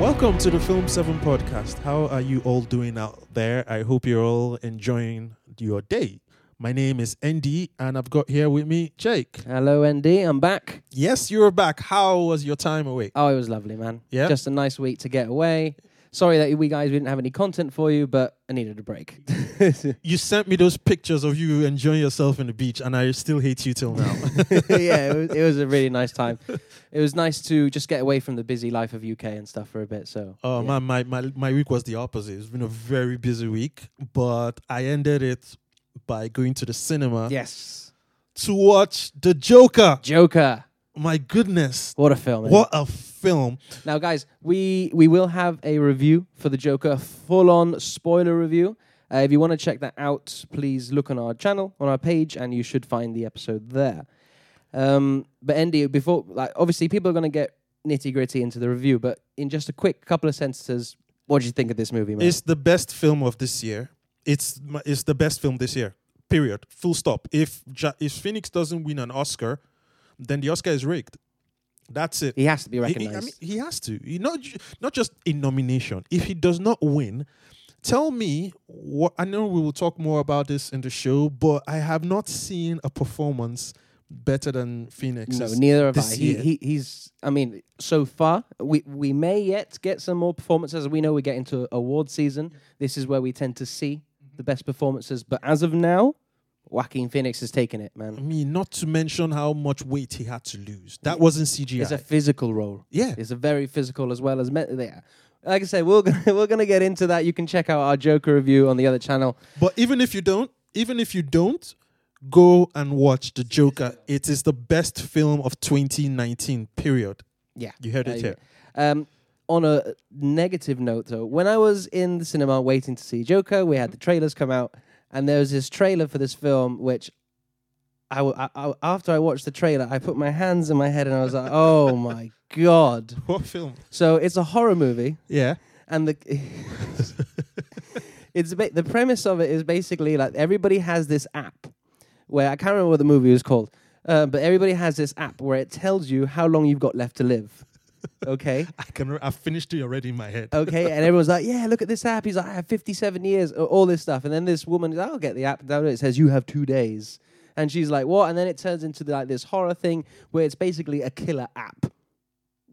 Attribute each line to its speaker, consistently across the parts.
Speaker 1: Welcome to the Film 7 podcast. How are you all doing out there? I hope you're all enjoying your day. My name is Andy, and I've got here with me Jake.
Speaker 2: Hello, ND. I'm back.
Speaker 1: Yes, you're back. How was your time away?
Speaker 2: Oh, it was lovely, man.
Speaker 1: Yeah?
Speaker 2: Just a nice week to get away. Sorry that we guys we didn't have any content for you, but I needed a break.
Speaker 1: You sent me those pictures of you enjoying yourself in the beach, and I still hate you till now.
Speaker 2: yeah, it was, it was a really nice time. It was nice to just get away from the busy life of UK and stuff for a bit. So,
Speaker 1: Oh
Speaker 2: yeah.
Speaker 1: man, my, my my week was the opposite. It's been a very busy week, but I ended it by going to the cinema
Speaker 2: yes,
Speaker 1: to watch The Joker.
Speaker 2: Joker.
Speaker 1: My goodness,
Speaker 2: What a film! isn't
Speaker 1: what a film!
Speaker 2: it? Now, guys, we we will have a review for the Joker, full on spoiler review. Uh, if you want to check that out, please look on our channel, on our page, and you should find the episode there. Um, but Andy, before like obviously people are going to get nitty gritty into the review, but in just a quick couple of sentences, what do you think of this movie, man?
Speaker 1: It's the best film of this year. It's my- it's the best film this year. Period. Full stop. If ja- if Phoenix doesn't win an Oscar, then the Oscar is rigged. That's it.
Speaker 2: he has to be
Speaker 1: He- he-
Speaker 2: recognized.
Speaker 1: I mean, he has to. He not ju- not just in nomination. If he does not win, tell me what. I know we will talk more about this in the show, but I have not seen a performance better than Phoenix.
Speaker 2: no, neither have I.
Speaker 1: this
Speaker 2: He,
Speaker 1: year.
Speaker 2: he, he's. I mean, so far we we may yet get some more performances. We know we get into award season. This is where we tend to see
Speaker 1: Mm-hmm.
Speaker 2: the best performances. But as of now, Joaquin Phoenix has taken it,
Speaker 1: I
Speaker 2: man.
Speaker 1: mean, not to mention how much weight he had to lose. That wasn't CGI.
Speaker 2: It's a physical role.
Speaker 1: yeah,
Speaker 2: It's a very physical as well as me- yeah. Like I say, we're gonna, we're gonna get into that. You can check out our Joker review on the other channel.
Speaker 1: But even if you don't, even if you don't, go and watch The Joker. It is the best film of 2019. Period.
Speaker 2: Yeah,
Speaker 1: You heard
Speaker 2: there
Speaker 1: it
Speaker 2: you
Speaker 1: here.
Speaker 2: Um, on a negative note, though, when I was in the cinema waiting to see Joker, we had the trailers come out, and there was this trailer for this film, which I, w- I- I- after I watched the trailer, I put my hands in my head and I was like, "Oh my god!"
Speaker 1: What film?
Speaker 2: So it's a horror movie,
Speaker 1: Yeah.
Speaker 2: and the it's ba- the premise of it is basically like everybody has this app where I can't remember what the movie was called, uh, but everybody has this app where it tells you how long you've got left to live. Okay.
Speaker 1: I can. Re- I finished it already in my head.
Speaker 2: okay and everyone's like yeah look at this app he's like i have 57 years a- all this stuff and then this woman is i'll get the app download it. it says you have two days and she's like what and then it turns into like this horror thing where it's basically a killer app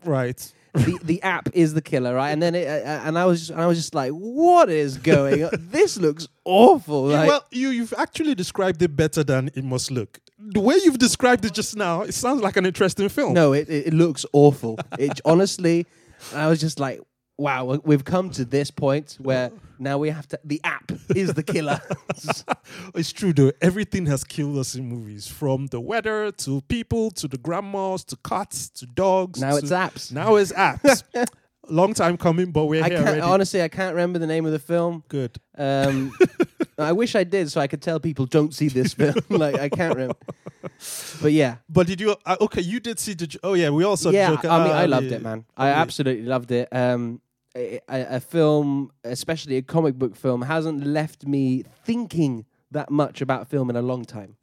Speaker 1: Right.
Speaker 2: the, the app is the killer right and then it uh, uh, and i was just, and i was just like what is going on this looks awful like,
Speaker 1: well, you you've actually described it better than it must look. The way you've described it just now, it sounds like an interesting film.
Speaker 2: no it, it, it looks awful it honestly i was just like wow we- we've come to this point where now we have to the app is the killer
Speaker 1: It's true though. Everything has killed us in movies, from the weather to people to the grandmas to cats to dogs.
Speaker 2: now
Speaker 1: to-
Speaker 2: it's apps
Speaker 1: Now it's apps. Long time coming, but we're
Speaker 2: I
Speaker 1: here
Speaker 2: can't,
Speaker 1: already.
Speaker 2: honestly, I can't remember the name of the film.
Speaker 1: Good.
Speaker 2: Um, I wish I did, so I could tell people don't see this film. like I can't remember. But yeah,
Speaker 1: But did you? Uh, okay, you did see the. Jo- Oh yeah, we all saw
Speaker 2: yeah.
Speaker 1: the Joker.
Speaker 2: I mean,
Speaker 1: Ah,
Speaker 2: I loved
Speaker 1: yeah.
Speaker 2: it, man. I absolutely loved it. Um, a, a a film, especially a comic book film, hasn't left me thinking that much about film in a long time.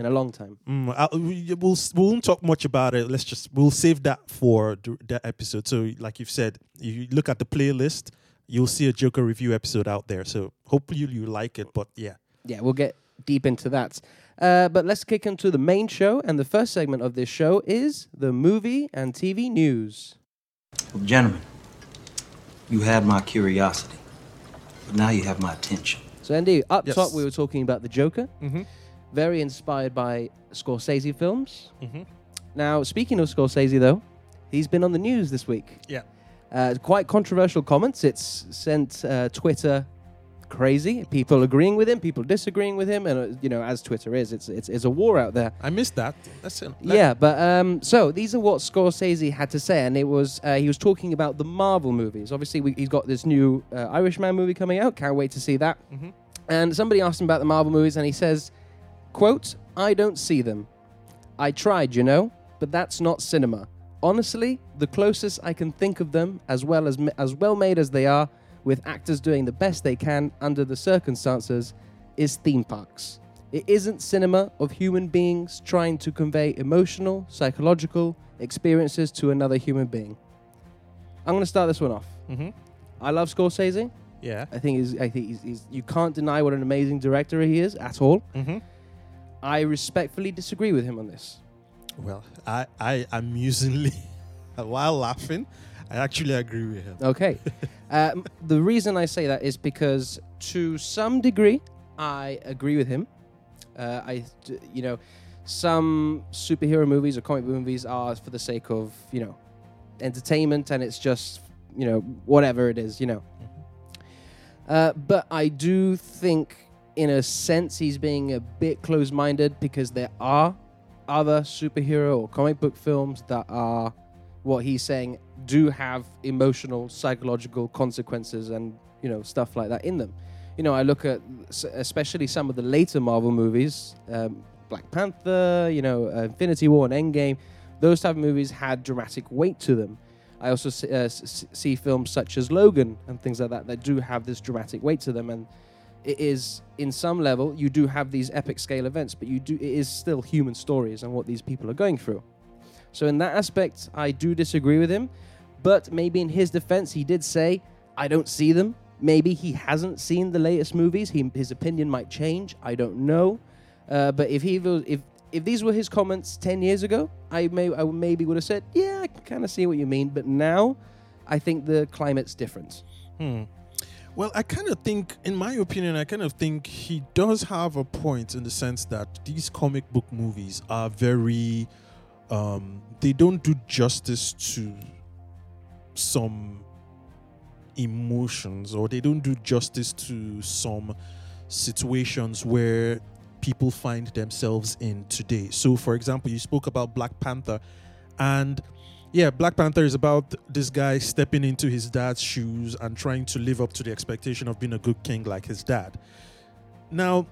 Speaker 2: In a long time.
Speaker 1: Mm, I, we, we'll s- we won't talk much about it. Let's just we'll save that for the, the episode. So, like you've said, you look at the playlist, you'll see a Joker review episode out there. So hopefully you like it. But yeah,
Speaker 2: yeah, we'll get deep into that. Uh, but let's kick into the main show, and the first segment of this show is the movie and TV news.
Speaker 3: Well, gentlemen, you had my curiosity, but now you have my attention.
Speaker 2: So, Andy, up
Speaker 1: Yes.
Speaker 2: top we were talking about the Joker,
Speaker 1: Mhm.
Speaker 2: very inspired by Scorsese films.
Speaker 1: mm-hmm.
Speaker 2: Now, speaking of Scorsese, though, he's been on the news this week.
Speaker 1: yeah,
Speaker 2: Uh, quite controversial comments. It's sent uh, Twitter crazy. People agreeing with him, people disagreeing with him, and uh, you know, as Twitter is, it's it's, it's a war out there.
Speaker 1: I missed that. That's it.
Speaker 2: Yeah, but um, so these are what Scorsese had to say, and it was uh, he was talking about the Marvel movies. Obviously, we, he's got this new uh, Irishman movie coming out. Can't wait to see that. And somebody asked him about the Marvel movies, and he says, "quote I don't see them. I tried, you know, but that's not cinema. Honestly, the closest I can think of them, as well as as well made as they are, with actors doing the best they can under the circumstances, is theme parks. It isn't cinema of human beings trying to convey emotional, psychological experiences to another human being. I'm going to start this one off. I love Scorsese.
Speaker 1: Yeah.
Speaker 2: I think he's, I think he's, he's, you can't deny what an amazing director he is at all.
Speaker 1: Mm-hmm.
Speaker 2: I respectfully disagree with him on this.
Speaker 1: Well, I, I amusingly, while laughing, I actually agree with him.
Speaker 2: Okay. um, the reason I say that is because, to some degree, I agree with him. Uh, I, d- you know, some superhero movies or comic book movies are for the sake of you know entertainment, and it's just you know whatever it is, you know. Uh, but I do think, in a sense, he's being a bit closed-minded because there are other superhero or comic book films that are what he's saying do have emotional, psychological consequences and you know stuff like that in them. You know, I look at s- especially some of the later Marvel movies, um, Black Panther, you know, uh, Infinity War and Endgame. Those type of movies had dramatic weight to them. I also see, uh, s- s- see films such as Logan and things like that that do have this dramatic weight to them, and it is in some level you do have these epic scale events, but you do it is still human stories and what these people are going through. So in that aspect, I do disagree with him. But maybe in his defense, he did say, "I don't see them." Maybe he hasn't seen the latest movies. He, his opinion might change. I don't know. Uh, but if he was- if if these were his comments ten years ago, I may I maybe would have said, "Yeah, I can kind of see what you mean." But now, I think the climate's different.
Speaker 1: Well, I kind of think, in my opinion, I kind of think he does have a point in the sense that these comic book movies are very, um, they don't do justice to some emotions or they don't do justice to some situations where people find themselves in today. So, for example, you spoke about Black Panther, and yeah, Black Panther is about this guy stepping into his dad's shoes and trying to live up to the expectation of being a good king like his dad. Now,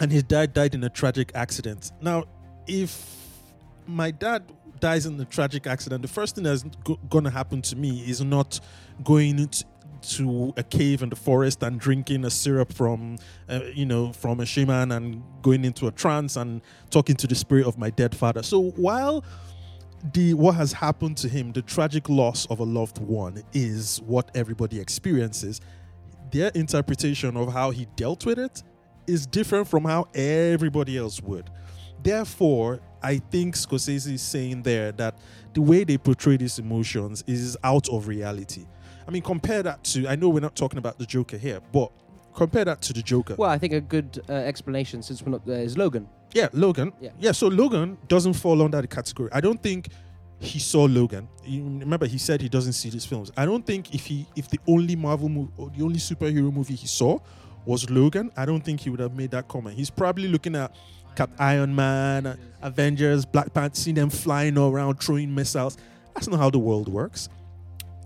Speaker 1: and his dad died in a tragic accident. Now, if my dad dies in a tragic accident, the first thing that's go- going to happen to me is not going t- to a cave in the forest and drinking a syrup from, uh, you know, from a shaman and going into a trance and talking to the spirit of my dead father. So while the what has happened to him, the tragic loss of a loved one, is what everybody experiences. Their interpretation of how he dealt with it is different from how everybody else would. Therefore, I think Scorsese is saying there that the way they portray these emotions is out of reality. I mean, compare that to, I know we're not talking about the Joker here, but compare that to the Joker.
Speaker 2: Well, I think a good uh, explanation, since we're not there, is Logan.
Speaker 1: Yeah, Logan.
Speaker 2: Yeah.
Speaker 1: so Logan doesn't fall under the category. I don't think he saw Logan. You remember, he said he doesn't see these films. I don't think if he if the only Marvel movie, or the only superhero movie he saw was Logan, I don't think he would have made that comment. He's probably looking at Cap Iron Man, uh, Avengers, Black Panther, seeing them flying around, throwing missiles. That's not how the world works.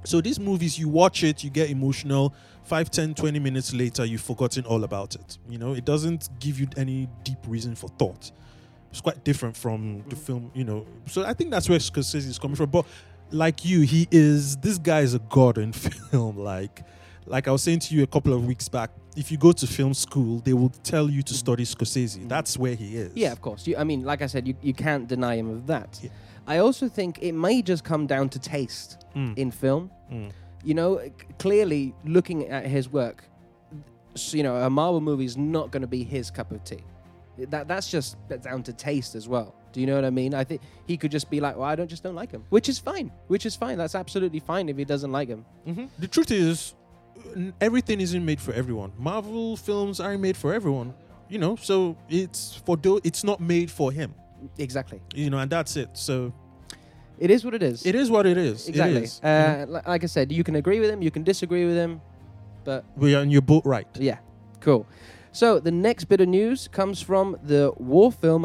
Speaker 1: So these movies, you watch it, you get emotional. 5, 10, 20 minutes later, you've forgotten all about it. You know, it doesn't give you any deep reason for thought. It's quite different from the film, you know. So I think that's where Scorsese is coming from. But like you, he is, this guy is a god in film. Like, like I was saying to you a couple of weeks back, if you go to film school, they will tell you to study Scorsese. That's where he is.
Speaker 2: Yeah, of course. You, I mean, like I said, you, you can't deny him of that.
Speaker 1: Yeah.
Speaker 2: I also think it may just come down to taste
Speaker 1: Mm,
Speaker 2: in film. You know, c- clearly looking at his work, s you know, a Marvel movie is not going to be his cup of tea. That that's just down to taste as well. Do you know what I mean? I think he could just be like, "Well, I don't just don't like him," which is fine. Which is fine. That's absolutely fine if he doesn't like him.
Speaker 1: The truth is, n- everything isn't made for everyone. Marvel films aren't made for everyone, you know. So it's for do it's not made for him,
Speaker 2: Exactly.
Speaker 1: you know, and that's it. So
Speaker 2: It is what it is.
Speaker 1: it is what it is. It
Speaker 2: exactly.
Speaker 1: is. Mm-hmm.
Speaker 2: Uh, li- Like I said, you can agree with him, you can disagree with him, but
Speaker 1: Mm-hmm. we are on your boat, right?
Speaker 2: Yeah, cool. So the next bit of news comes from the war film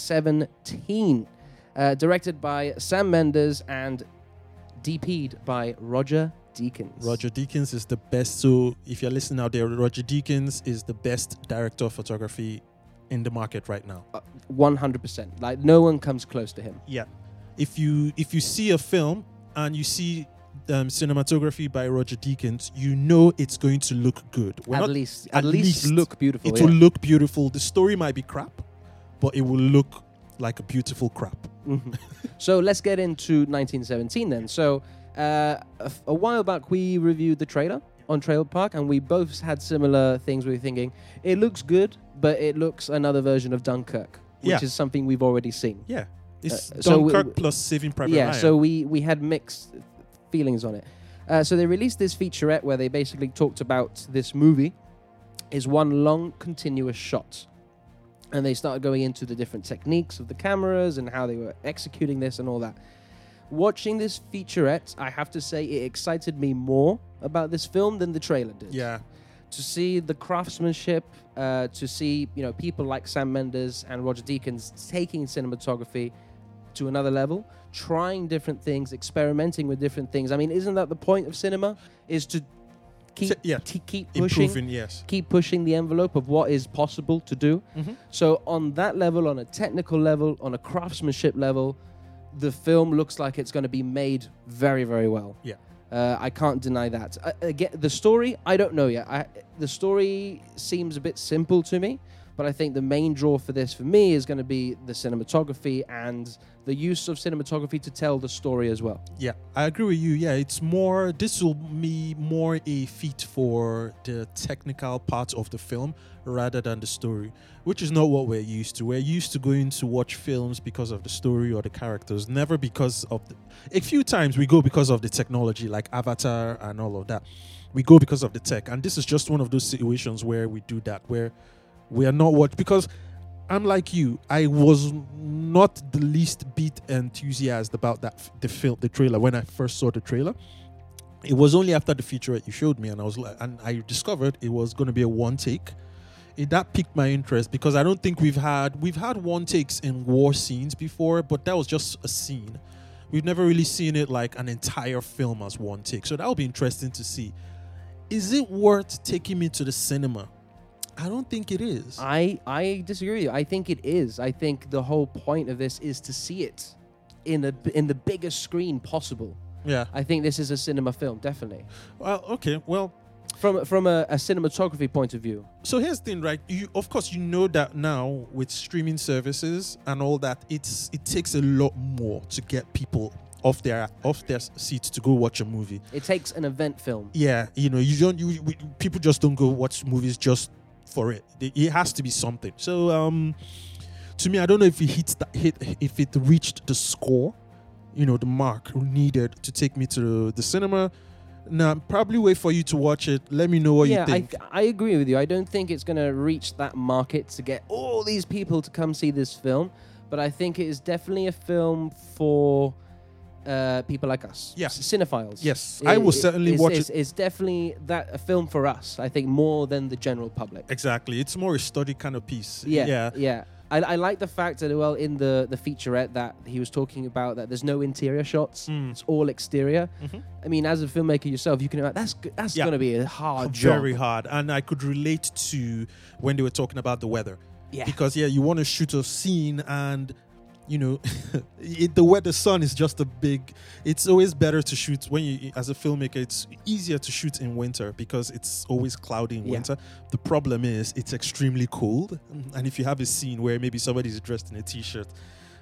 Speaker 2: 1917, uh, directed by Sam Mendes and DP'd by Roger Deakins.
Speaker 1: Roger Deakins is the best. So if you're listening out there, Roger Deakins is the best director of photography in the market right now.
Speaker 2: Uh, 100%. Like no one comes close to him.
Speaker 1: Yeah. If you if you see a film and you see um, cinematography by Roger Deakins, you know it's going to look good. We're
Speaker 2: at
Speaker 1: not-
Speaker 2: least, at,
Speaker 1: at
Speaker 2: least,
Speaker 1: least
Speaker 2: look beautiful.
Speaker 1: It
Speaker 2: Oh, yeah.
Speaker 1: will look beautiful. The story might be crap, but it will look like a beautiful crap.
Speaker 2: So let's get into 1917 then. So Uh, a, f- a while back, we reviewed the trailer on Trail Park, and we both had similar things. We were thinking it looks good, but it looks another version of Dunkirk, which
Speaker 1: Yeah.
Speaker 2: is something we've already seen.
Speaker 1: Yeah. It's
Speaker 2: Uh, so we-
Speaker 1: Dunkirk
Speaker 2: we-
Speaker 1: plus Saving Private
Speaker 2: yeah,
Speaker 1: Ryan.
Speaker 2: so we we had mixed feelings on it. Uh, so they released this featurette where they basically talked about this movie is one long continuous shot, and they started going into the different techniques of the cameras and how they were executing this and all that. Watching this featurette, I have to say, it excited me more about this film than the trailer did
Speaker 1: yeah,
Speaker 2: to see the craftsmanship, uh, to see you know people like Sam Mendes and Roger Deakins taking cinematography to another level, trying different things, experimenting with different things. I mean, isn't that the point of cinema? Is to keep
Speaker 1: Si- yeah.
Speaker 2: to keep pushing,
Speaker 1: improving. Yes.
Speaker 2: keep pushing the envelope of what is possible to do. So on that level, on a technical level, on a craftsmanship level, the film looks like it's going to be made very, very well.
Speaker 1: Yeah.
Speaker 2: Uh, I can't deny that. I, again, the story, I don't know yet. I, the story seems a bit simple to me, but I think the main draw for this, for me, is going to be the cinematography and the use of cinematography to tell the story as well.
Speaker 1: Yeah, I agree with you. Yeah, it's more. This will be more a feat for the technical part of the film rather than the story, which is not what we're used to. We're used to going to watch films because of the story or the characters, never because of. The, a few times we go because of the technology, like Avatar and all of that. We go because of the tech, and this is just one of those situations where we do that, where we are not what because I'm like you. I was not the least bit enthusiased about that f- the film, the trailer when I first saw the trailer. It was only after the featurette you showed me, and I was like, and I discovered it was going to be a one take. It, that piqued my interest because I don't think we've had we've had one takes in war scenes before, but that was just a scene. We've never really seen it like an entire film as one take, so that'll be interesting to see. Is it worth taking me to the cinema? I don't think it is.
Speaker 2: I, I disagree with you. I think it is. I think the whole point of this is to see it in, a, in the biggest screen possible.
Speaker 1: yeah.
Speaker 2: I think this is a cinema film, definitely.
Speaker 1: Well, okay. Well,
Speaker 2: From from a, a cinematography point of view,
Speaker 1: so here's the thing, right? You, of course, you know that now with streaming services and all that, it's it takes a lot more to get people off their off their seats to go watch a movie.
Speaker 2: it takes an event film.
Speaker 1: Yeah, you know, you don't. You, you- people just don't go watch movies just for it. They- It has to be something. So, um, to me, I don't know if it hits that hit if it reached the score, you know, the mark needed to take me to the cinema. Now, probably wait for you to watch it. Let me know what
Speaker 2: yeah,
Speaker 1: you think.
Speaker 2: I, I agree with you. I don't think it's going to reach that market to get all these people to come see this film, but I think it is definitely a film for uh, people like us.
Speaker 1: Yeah.
Speaker 2: c- cinephiles.
Speaker 1: Yes, I will certainly
Speaker 2: it's,
Speaker 1: watch
Speaker 2: it's, It's definitely that a film for us. I think more than the general public.
Speaker 1: Exactly. It's more a study kind of piece.
Speaker 2: Yeah,
Speaker 1: Yeah.
Speaker 2: yeah. I, I like the fact that well in the the featurette that he was talking about that there's no interior shots.
Speaker 1: Hmm.
Speaker 2: It's all exterior.
Speaker 1: Mm-hmm.
Speaker 2: I mean, as a filmmaker yourself, you can imagine that's g- that's
Speaker 1: Yeah.
Speaker 2: going to be a hard job.
Speaker 1: Very hard. And I could relate to when they were talking about the weather.
Speaker 2: Yeah.
Speaker 1: Because, yeah, you want to shoot a scene and, you know, it, the weather sun is just a big. It's always better to shoot when you, as a filmmaker, it's easier to shoot in winter because it's always cloudy in
Speaker 2: Yeah.
Speaker 1: winter. The problem is it's extremely cold.
Speaker 2: Mm-hmm.
Speaker 1: And if you have a scene where maybe somebody's dressed in a t shirt,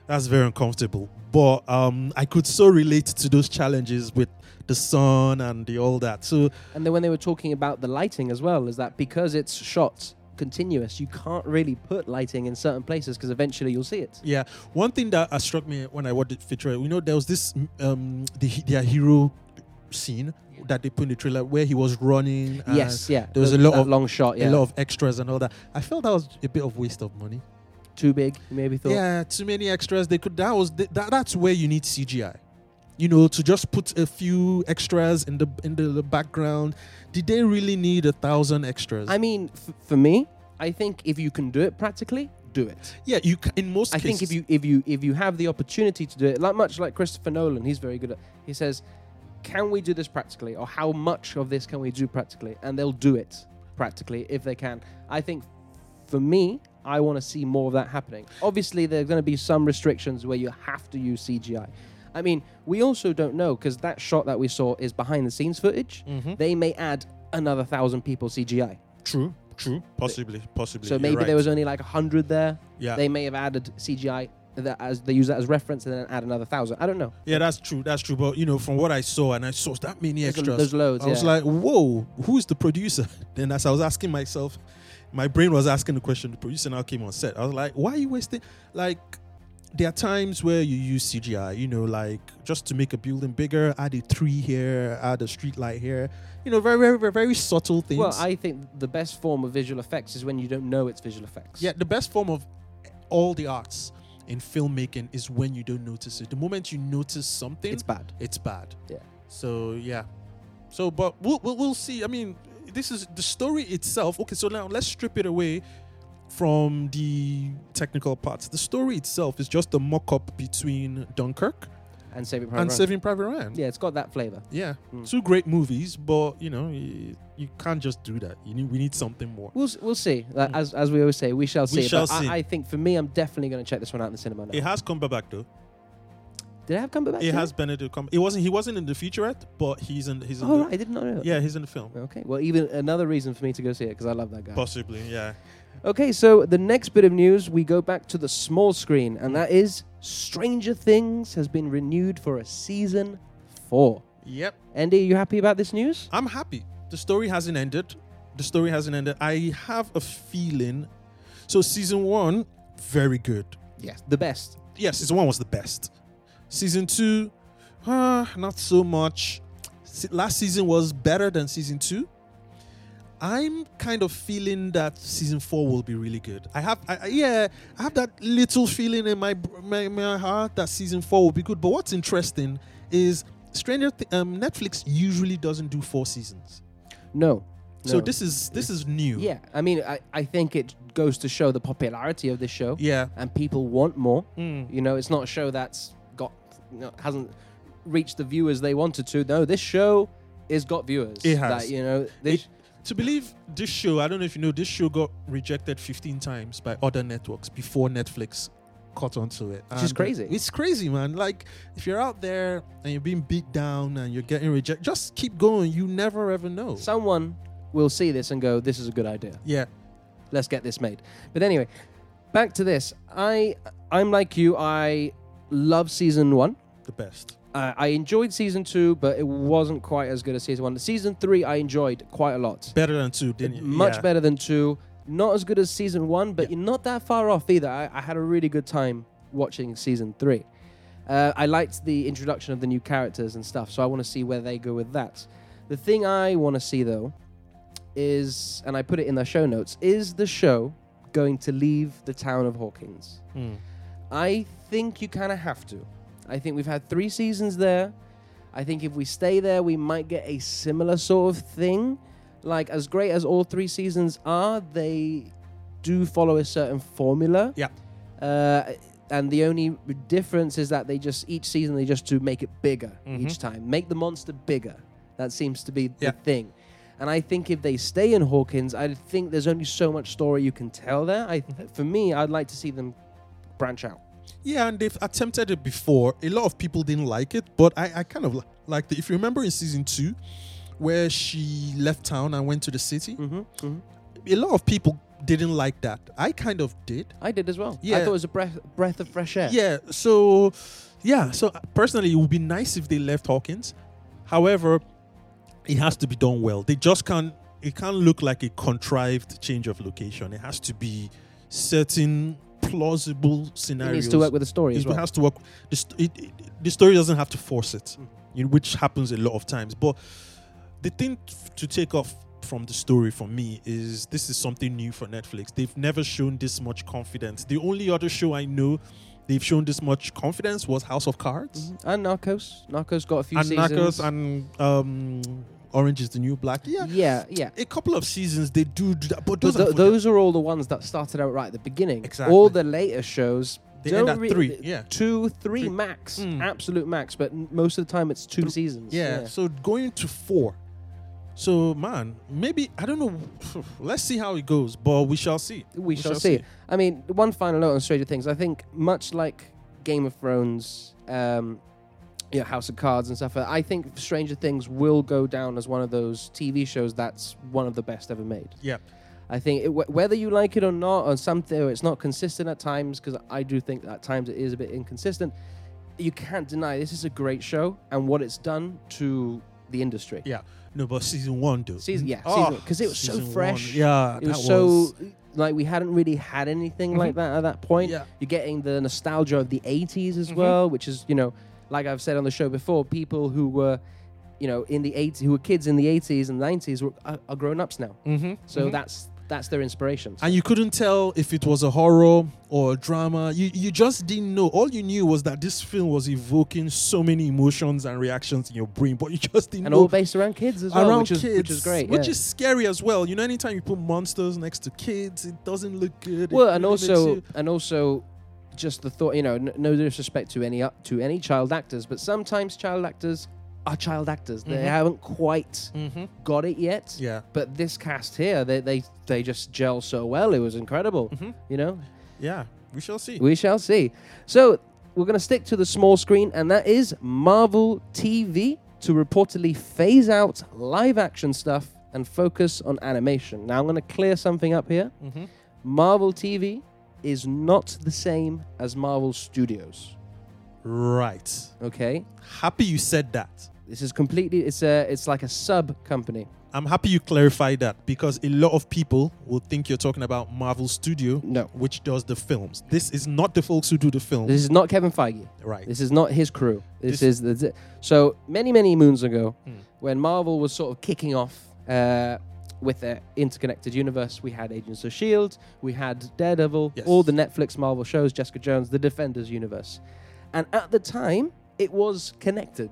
Speaker 1: that's very uncomfortable. But um, I could so relate to those challenges with the sun and the all that. So
Speaker 2: And then when they were talking about the lighting as well, is that because it's shot continuous, you can't really put lighting in certain places because eventually you'll see it.
Speaker 1: Yeah, one thing that uh, struck me when I watched the feature, you know, there was this um the, he- their hero scene that they put in the trailer where he was running. and
Speaker 2: yes, yeah.
Speaker 1: Uh, there was a
Speaker 2: Th-
Speaker 1: lot
Speaker 2: that
Speaker 1: of
Speaker 2: long shot.
Speaker 1: a
Speaker 2: Yeah,
Speaker 1: lot of extras and all that. I felt that was a bit of waste of money.
Speaker 2: too big. You maybe thought.
Speaker 1: Yeah, too many extras. They could that was th- that, that's where you need CGI. You know, to just put a few extras in the in the, the background. Did they really need a thousand extras?
Speaker 2: I mean, f- for me, I think if you can do it practically, do it.
Speaker 1: yeah, you ca- in most
Speaker 2: I
Speaker 1: cases.
Speaker 2: think if you if you if you have the opportunity to do it, like much like Christopher Nolan, he's very good at. He says, "Can we do this practically, or how much of this can we do practically?" And they'll do it practically if they can. I think, for me, I want to see more of that happening. Obviously, there are going to be some restrictions where you have to use CGI. I mean, we also don't know because that shot that we saw is behind the scenes footage.
Speaker 1: Mm-hmm.
Speaker 2: They may add another thousand people CGI.
Speaker 1: true, true, possibly, possibly.
Speaker 2: So
Speaker 1: you're
Speaker 2: maybe
Speaker 1: right.
Speaker 2: there was only like 100 there.
Speaker 1: Yeah.
Speaker 2: They may have added CGI that as they use that as reference and then add another thousand. I don't know.
Speaker 1: Yeah, that's true. That's true. But you know, from what I saw, and I saw that many
Speaker 2: There's a-
Speaker 1: extras.
Speaker 2: there's loads,
Speaker 1: I was
Speaker 2: yeah.
Speaker 1: like, "Whoa, who's the producer?" Then as I was asking myself, my brain was asking the question. The producer now came on set. I was like, "Why are you wasting?" Like, there are times where you use CGI. You know, like just to make a building bigger, add a tree here, add a street light here. You know, very, very, very, very subtle things.
Speaker 2: Well, I think the best form of visual effects is when you don't know it's visual effects.
Speaker 1: Yeah, the best form of all the arts in filmmaking is when you don't notice it. The moment you notice something,
Speaker 2: it's bad.
Speaker 1: it's bad.
Speaker 2: Yeah.
Speaker 1: So yeah. So but we'll we'll, we'll see. I mean, this is the story itself. Okay, so now let's strip it away from the technical parts. The story itself is just a mock-up between Dunkirk
Speaker 2: And Saving Private
Speaker 1: and
Speaker 2: Ryan.
Speaker 1: Saving Private Ryan.
Speaker 2: Yeah, it's got that flavor.
Speaker 1: Yeah.
Speaker 2: Mm.
Speaker 1: Two great movies, but you know, you, you can't just do that. You need we need something more.
Speaker 2: We'll s- we'll see. Like, As as we always say, we shall see.
Speaker 1: Mm. shall
Speaker 2: but
Speaker 1: see.
Speaker 2: I, I think for me, I'm definitely going to check this one out in the cinema now.
Speaker 1: It has Cumberbatch though.
Speaker 2: Did I have Cumberbatch? in
Speaker 1: It has Benedict Cumberbatch. It wasn't he wasn't in the featurette, but he's in he's in
Speaker 2: Oh
Speaker 1: the,
Speaker 2: right, I did not know. that.
Speaker 1: yeah he's in the film
Speaker 2: Okay. Well, even another reason for me to go see it because I love that guy.
Speaker 1: possibly yeah.
Speaker 2: Okay, so the next bit of news, we go back to the small screen, and that is Stranger Things has been renewed for a season four.
Speaker 1: Yep.
Speaker 2: Andy, you happy about this news?
Speaker 1: I'm happy. The story hasn't ended. The story hasn't ended. I have a feeling. So season one, very good.
Speaker 2: Yes. The best.
Speaker 1: Yes, season one was the best. Season two, uh, not so much. Se- Last season was better than season two. I'm kind of feeling that season four will be really good. I have, I, I- yeah, I have that little feeling in my, br- my my heart that season four will be good. But what's interesting is Stranger Thi- um, Netflix usually doesn't do four seasons.
Speaker 2: No.
Speaker 1: So
Speaker 2: No.
Speaker 1: this is this is new.
Speaker 2: Yeah, I mean, I, I think it goes to show the popularity of this show,
Speaker 1: Yeah.
Speaker 2: and people want more.
Speaker 1: Mm.
Speaker 2: You know, it's not a show that's got you know, hasn't reached the viewers they wanted to. No, this show is got viewers.
Speaker 1: It has.
Speaker 2: That, you know, this.
Speaker 1: It- To believe this show, I don't know if you know, this show got rejected 15 times by other networks before Netflix caught onto it.
Speaker 2: Which is
Speaker 1: And
Speaker 2: crazy.
Speaker 1: It's crazy, man. Like if you're out there and you're being beat down and you're getting rejected, just keep going. You never ever know.
Speaker 2: someone will see this and go, "This is a good idea.
Speaker 1: yeah.
Speaker 2: Let's get this made." But anyway, back to this. I I'm like you. I love season one.
Speaker 1: The best.
Speaker 2: Uh, I enjoyed season two, but it wasn't quite as good as season one. Season three, I enjoyed quite a lot.
Speaker 1: Better than two, didn't you?
Speaker 2: much
Speaker 1: Yeah.
Speaker 2: better than two. Not as good as season one, but you're not that far off either. I, I had a really good time watching season three. Uh, I liked the introduction of the new characters and stuff, so I want to see where they go with that. The thing I want to see though is, and I put it in the show notes, is the show going to leave the town of Hawkins?
Speaker 1: Mm.
Speaker 2: I think you kind of have to. I think we've had three seasons there. I think if we stay there, we might get a similar sort of thing. Like, as great as all three seasons are, they do follow a certain formula.
Speaker 1: Yeah.
Speaker 2: Uh, and the only difference is that they just, each season, they just do make it bigger each time. Make the monster bigger. That seems to be
Speaker 1: Mm-hmm. Yeah.
Speaker 2: the thing. And I think if they stay in Hawkins, I think there's only so much story you can tell there. I,
Speaker 1: Mm-hmm.
Speaker 2: For me, I'd like to see them branch out.
Speaker 1: Yeah, and they've attempted it before. A lot of people didn't like it, but I, I kind of li- liked it. If you remember in season two, where she left town and went to the city, mm-hmm. a lot of people didn't like that. I kind of did.
Speaker 2: I did as well. I
Speaker 1: Yeah.
Speaker 2: thought it was a breath breath of fresh air.
Speaker 1: Yeah. So, yeah. So uh, personally, it would be nice if they left Hawkins. However, it has to be done well. They just can't. It can't look like a contrived change of location. It has to be certain plausible
Speaker 2: it
Speaker 1: scenarios.
Speaker 2: needs to work with the story as
Speaker 1: It
Speaker 2: well.
Speaker 1: has to work. The, st- it, it, the story doesn't have to force it,
Speaker 2: Mm-hmm.
Speaker 1: you know, which happens a lot of times. But the thing t- to take off from the story for me is this is something new for Netflix. They've never shown this much confidence. The only other show I know they've shown this much confidence was House of Cards
Speaker 2: And Narcos, Narcos got a Mm-hmm. few
Speaker 1: and
Speaker 2: seasons.
Speaker 1: Narcos and um, Orange is the New Black. Yeah.
Speaker 2: yeah, yeah.
Speaker 1: A couple of seasons they do, do that, but
Speaker 2: But
Speaker 1: those
Speaker 2: tho-
Speaker 1: are for the-
Speaker 2: those are all the ones that started out right at the beginning.
Speaker 1: Exactly.
Speaker 2: All the later shows.
Speaker 1: They
Speaker 2: don't
Speaker 1: end at three, yeah.
Speaker 2: two, three max,
Speaker 1: Mm.
Speaker 2: absolute max. But n- most of the time, it's two seasons.
Speaker 1: Yeah, So going to four. So man, maybe I don't know. Let's see how it goes, but we shall see.
Speaker 2: we shall see. I mean, one final note on Stranger Things. I think much like Game of Thrones, um, you know, House of Cards and stuff, I think Stranger Things will go down as one of those TV shows that's one of the best ever made.
Speaker 1: Yeah.
Speaker 2: I think it, wh- whether you like it or not, or something, or it's not consistent at times, because I do think that at times it is a bit inconsistent. You can't deny this is a great show and what it's done to the industry.
Speaker 1: Yeah. No, but season one, dude.
Speaker 2: Season, yeah,
Speaker 1: Oh,
Speaker 2: because it was so
Speaker 1: season one.
Speaker 2: fresh.
Speaker 1: Yeah,
Speaker 2: it was
Speaker 1: that
Speaker 2: so
Speaker 1: was- Mm-hmm.
Speaker 2: like we hadn't really had anything like that at that point.
Speaker 1: Yeah. Mm-hmm.
Speaker 2: You're getting the nostalgia of the '80s as well, which is you know, like I've said on the show before, people who were, you know, in the '80s, who were kids in the '80s and '90s, were, are, are grown ups now. Mm-hmm. So that's that's their inspirations.
Speaker 1: and you couldn't tell if it was a horror or a drama. You you just didn't know. All you knew was that this film was evoking so many emotions and reactions in your brain, but you just didn't
Speaker 2: and
Speaker 1: know
Speaker 2: all based around kids as well,
Speaker 1: around
Speaker 2: which is
Speaker 1: kids,
Speaker 2: which is great.
Speaker 1: which
Speaker 2: yeah.
Speaker 1: is scary as well. You know, anytime you put monsters next to kids, it doesn't look good. It
Speaker 2: well, and
Speaker 1: really makes
Speaker 2: also
Speaker 1: you-
Speaker 2: and also just the thought, you know, n- no disrespect to any up to any child actors, but sometimes child actors are child actors. They
Speaker 1: Mm-hmm.
Speaker 2: haven't quite got it yet.
Speaker 1: Yeah.
Speaker 2: But this cast here, they they they just gel so well. It was incredible. You know,
Speaker 1: yeah, we shall see.
Speaker 2: we shall see. So we're going to stick to the small screen, and that is Marvel TV to reportedly phase out live action stuff and focus on animation. Now I'm going to clear something up here.
Speaker 1: Mm-hmm.
Speaker 2: Marvel TV is not the same as Marvel Studios.
Speaker 1: right.
Speaker 2: Okay,
Speaker 1: Happy you said that.
Speaker 2: this is completely. It's a. It's like a sub company.
Speaker 1: I'm happy you clarified that because a lot of people will think you're talking about Marvel Studio,
Speaker 2: No.
Speaker 1: which does the films. This is not the folks who do the films.
Speaker 2: This is not Kevin Feige.
Speaker 1: Right.
Speaker 2: This is not his crew.
Speaker 1: This-
Speaker 2: This,
Speaker 1: Hmm.
Speaker 2: is the, the- so many many moons ago, when Marvel was sort of kicking off uh, with their interconnected universe. We had Agents of Shield, E we had Daredevil,
Speaker 1: Yes.
Speaker 2: all the Netflix Marvel shows, Jessica Jones, the Defenders universe, and at the time it was connected.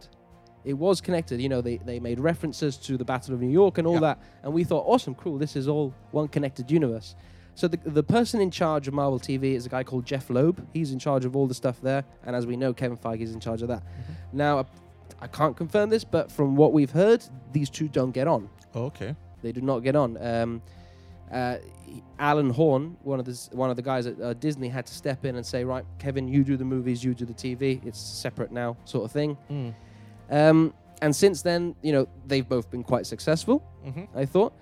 Speaker 2: It was connected. You know, they, they made references to the Battle of New York and all
Speaker 1: Yeah.
Speaker 2: that, and we thought, awesome, cool. This is all one connected universe. So the, the person in charge of Marvel TV is a guy called Jeff Loeb. He's in charge of all the stuff there, and as we know, Kevin Feige is in charge of that. Now, I, I can't confirm this, but from what we've heard, these two don't get on.
Speaker 1: okay.
Speaker 2: They do not get on. Um, uh, Alan Horn, one of the s- one of the guys at uh, Disney, had to step in and say, "Right, Kevin, you do the movies, you do the TV. It's separate now, sort of thing." Um, and since then, you know, they've both been quite successful.
Speaker 1: Mm-hmm.
Speaker 2: I thought,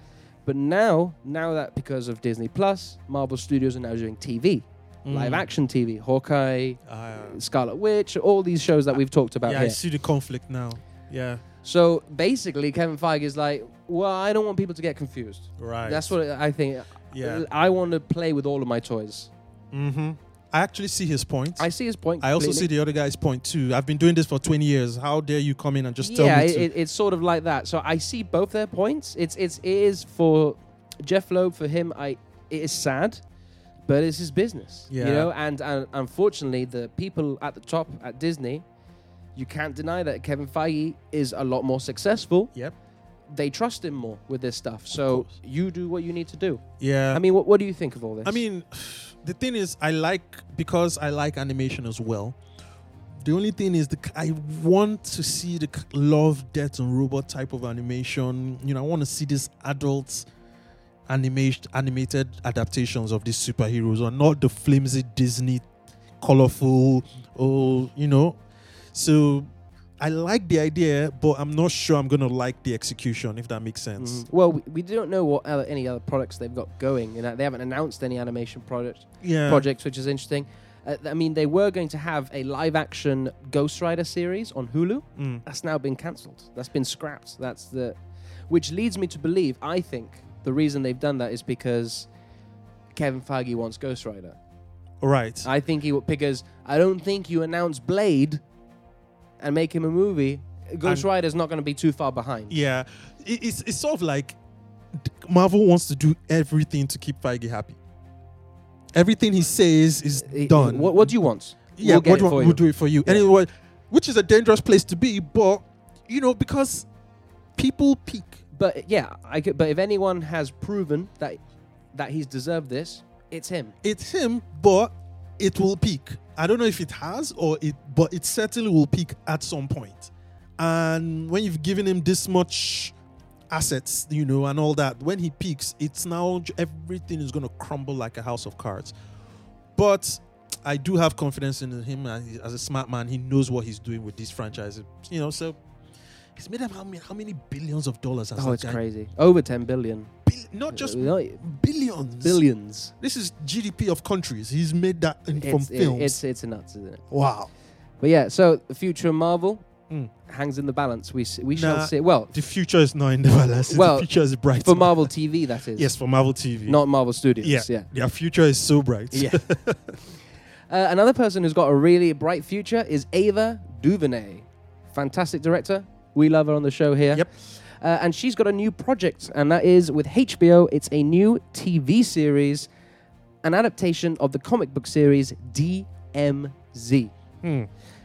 Speaker 2: but now, now that because of Disney Plus, Marvel Studios are now doing TV,
Speaker 1: Mm.
Speaker 2: live action TV, Hawkeye,
Speaker 1: Uh,
Speaker 2: Scarlet Witch, all these shows that we've talked about
Speaker 1: yeah, I
Speaker 2: here.
Speaker 1: see the conflict now. Yeah.
Speaker 2: So basically, Kevin Feige is like, well, I don't want people to get confused.
Speaker 1: Right.
Speaker 2: That's what I think.
Speaker 1: Yeah.
Speaker 2: I want to play with all of my toys.
Speaker 1: Mm-hmm. I actually see his point.
Speaker 2: I see his point.
Speaker 1: I also see
Speaker 2: completely.
Speaker 1: the other guy's point too. I've been doing this for 20 years. How dare you come in and just
Speaker 2: yeah,
Speaker 1: tell me
Speaker 2: it,
Speaker 1: to?
Speaker 2: it- it's sort of like that. So I see both their points. It's it's it is for Jeff Loeb for him. I it is sad, but it's his business. You
Speaker 1: Yeah.
Speaker 2: know, and and unfortunately, the people at the top at Disney, you can't deny that Kevin Feige is a lot more successful.
Speaker 1: yep.
Speaker 2: They trust him more with this stuff. So
Speaker 1: course.
Speaker 2: you do what you need to do.
Speaker 1: Yeah.
Speaker 2: I mean, what, what do you think of all this?
Speaker 1: I mean, the thing is, I like because I like animation as well. The only thing is, the, k- I want to see the k- love, death, and robot type of animation. You know, I want to see these adult animation animated adaptations of these superheroes, or not the flimsy Disney, colorful. Oh, you know. So, I like the idea, but I'm not sure I'm gonna like the execution. If that makes sense.
Speaker 2: Mm. well, we, we don't know what other, any other products they've got going. You know, they haven't announced any animation product
Speaker 1: Yeah.
Speaker 2: projects, which is interesting. Uh, I mean, they were going to have a live action Ghost Rider series on Hulu.
Speaker 1: Mm.
Speaker 2: That's now been cancelled. That's been scrapped. That's the, which leads me to believe. I think the reason they've done that is because Kevin Feige wants Ghost Rider.
Speaker 1: Right.
Speaker 2: I think he w- because I don't think you announce Blade and make him a movie. Ghost
Speaker 1: And-
Speaker 2: Rider's not going to be too far behind.
Speaker 1: Yeah, it, it's it's sort of like Marvel wants to do everything to keep Feige happy. Everything he says is
Speaker 2: I- I-
Speaker 1: done.
Speaker 2: Uh, What, what do you want?
Speaker 1: yeah,
Speaker 2: we'll get
Speaker 1: what
Speaker 2: it
Speaker 1: do you
Speaker 2: for
Speaker 1: want?
Speaker 2: you.
Speaker 1: we'll do it for you. Anyway, which is a dangerous place to be, but you know because people peak.
Speaker 2: But yeah, I could, but if anyone has proven that that he's deserved this, it's him.
Speaker 1: It's him, but it will peak. I don't know if it has or it, but it certainly will peak at some point. And when you've given him this much assets, you know, and all that, when he peaks, it's now everything is going to crumble like a house of cards. But I do have confidence in him as as a smart man. He knows what he's doing with these franchises, you know. So He's made them how many, how many billions of dollars? Has
Speaker 2: Oh,
Speaker 1: that
Speaker 2: it's
Speaker 1: guy-
Speaker 2: crazy. Over 10 billion.
Speaker 1: Bil- not just
Speaker 2: Not-
Speaker 1: billions.
Speaker 2: billions.
Speaker 1: This is GDP of countries. He's made that in, from
Speaker 2: it's, it-
Speaker 1: films.
Speaker 2: it's it's nuts, isn't it?
Speaker 1: wow.
Speaker 2: But yeah, so the future of Marvel
Speaker 1: Mm.
Speaker 2: hangs in the balance. We s- we shall
Speaker 1: Nah.
Speaker 2: see. Well,
Speaker 1: The future is not in the balance.
Speaker 2: Well,
Speaker 1: the future is bright.
Speaker 2: for Marvel TV, that is.
Speaker 1: yes, for Marvel TV.
Speaker 2: Not Marvel Studios.
Speaker 1: yeah,
Speaker 2: yeah.
Speaker 1: Their future is so bright.
Speaker 2: Yeah. uh, another person who's got a really bright future is Ava DuVernay. Fantastic director. We love her on the show here.
Speaker 1: Yep.
Speaker 2: Uh, and she's got a new project, and that is with HBO. It's a new TV series, an adaptation of the comic book series DMZ.
Speaker 1: Hmm.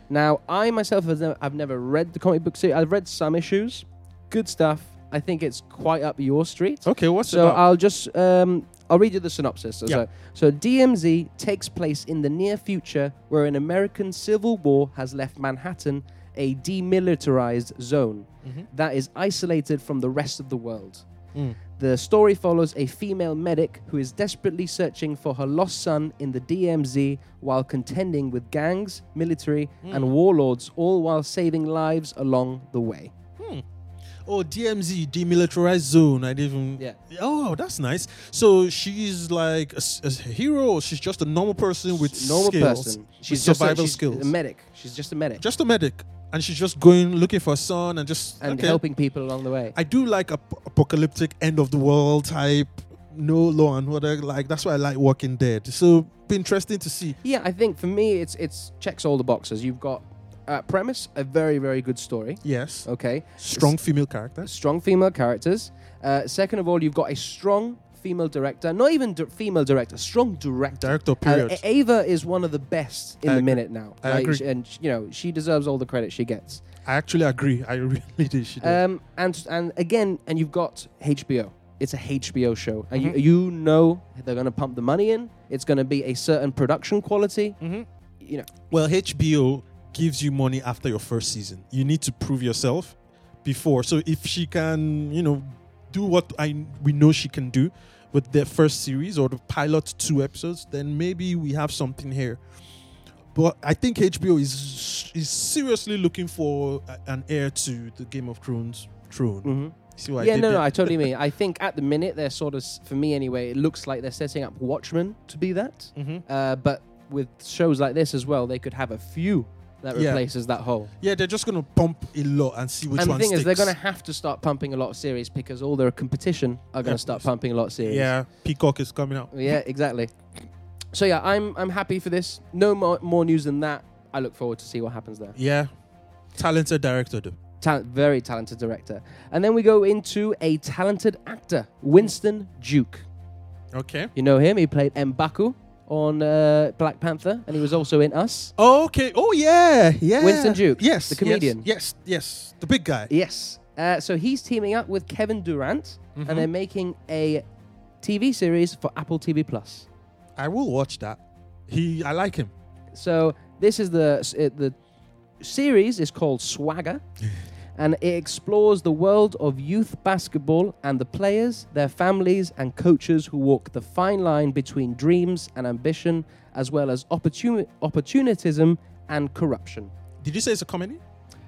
Speaker 2: Now, I myself have never, I've never read the comic book series. I've read some issues. Good stuff. I think it's quite up your street.
Speaker 1: Okay, what's it
Speaker 2: So uh,
Speaker 1: about?
Speaker 2: I'll just um, I'll read you the synopsis. So,
Speaker 1: Yeah.
Speaker 2: so DMZ takes place in the near future, where an American civil war has left Manhattan a demilitarized zone
Speaker 1: Mm-hmm.
Speaker 2: that is isolated from the rest of the world.
Speaker 1: Mm.
Speaker 2: The story follows a female medic who is desperately searching for her lost son in the DMZ while contending with gangs, military,
Speaker 1: Mm.
Speaker 2: and warlords, all while saving lives along the way.
Speaker 1: oh, DMZ, demilitarized zone. I didn't even.
Speaker 2: Yeah.
Speaker 1: Oh, that's nice. So she's like a, s- a hero. Or she's just a normal person with
Speaker 2: normal
Speaker 1: skills,
Speaker 2: person.
Speaker 1: with
Speaker 2: She's just a-
Speaker 1: survival
Speaker 2: she's
Speaker 1: skills.
Speaker 2: A medic. She's just a medic
Speaker 1: just a medic, and she's just going looking for a son and just
Speaker 2: and
Speaker 1: okay.
Speaker 2: helping people along the way.
Speaker 1: I do like ap- apocalyptic end of the world type, no law and order. Like that's why I like Walking Dead. So be interesting to see.
Speaker 2: yeah, I think for me, it's it's checks all the boxes. You've got uh, premise, a very very good story.
Speaker 1: Yes,
Speaker 2: Okay,
Speaker 1: strong female characters.
Speaker 2: strong female characters. Uh, second of all, you've got a strong female director. Not even di- female director, strong director.
Speaker 1: Director
Speaker 2: Uh,
Speaker 1: period.
Speaker 2: A- Ava is one of the best in
Speaker 1: I
Speaker 2: the
Speaker 1: agree.
Speaker 2: minute now.
Speaker 1: I agree.
Speaker 2: sh- And sh- you know she deserves all the credit she gets.
Speaker 1: I actually agree. I really did. She did.
Speaker 2: Um, and and again, and you've got HBO. It's a HBO show, and
Speaker 1: Mm-hmm.
Speaker 2: you, you know they're going to pump the money in. It's going to be a certain production quality.
Speaker 1: Mm-hmm.
Speaker 2: You know,
Speaker 1: Well, HBO gives you money after your first season. You need to prove yourself before. So if she can, you know, do what I we know she can do with their first series or the pilot two episodes, then maybe we have something here. But I think HBO is is seriously looking for a- an heir to the Game of Thrones throne. See what I
Speaker 2: yeah,
Speaker 1: did
Speaker 2: no, no,
Speaker 1: there?
Speaker 2: I totally mean. I think at the minute they're sort of, s- for me anyway, it looks like they're setting up Watchmen to be that.
Speaker 1: Mm-hmm.
Speaker 2: Uh, but with shows like this as well, they could have a few that
Speaker 1: Yeah.
Speaker 2: replaces that whole.
Speaker 1: yeah, they're just gonna pump a lot and see which
Speaker 2: and the
Speaker 1: one
Speaker 2: thing is, they're
Speaker 1: sticks.
Speaker 2: going to have to start pumping a lot of series because all their competition are going
Speaker 1: Yeah.
Speaker 2: to start pumping a lot of series.
Speaker 1: yeah, Peacock is coming out.
Speaker 2: Yeah, exactly. So yeah, I'm I'm happy for this. No more more news than that. I look forward to see what happens there.
Speaker 1: Yeah, talented director though.
Speaker 2: Talent, very talented director. And then we go into a talented actor, Winston Duke.
Speaker 1: Okay.
Speaker 2: You know him. He played M'Baku on uh, Black Panther, and he was also in Us.
Speaker 1: Okay. Oh yeah, yeah.
Speaker 2: Winston Duke,
Speaker 1: Yes,
Speaker 2: the comedian.
Speaker 1: Yes, yes, yes. the big guy.
Speaker 2: Yes. Uh, so he's teaming up with Kevin Durant, and they're making a TV series for Apple TV Plus.
Speaker 1: I will watch that. He, I like him.
Speaker 2: So this is the uh, the series is called Swagger, and it explores the world of youth basketball and the players, their families, and coaches who walk the fine line between dreams and ambition, as well as opportuni- opportunism and corruption.
Speaker 1: Did you say it's a comedy?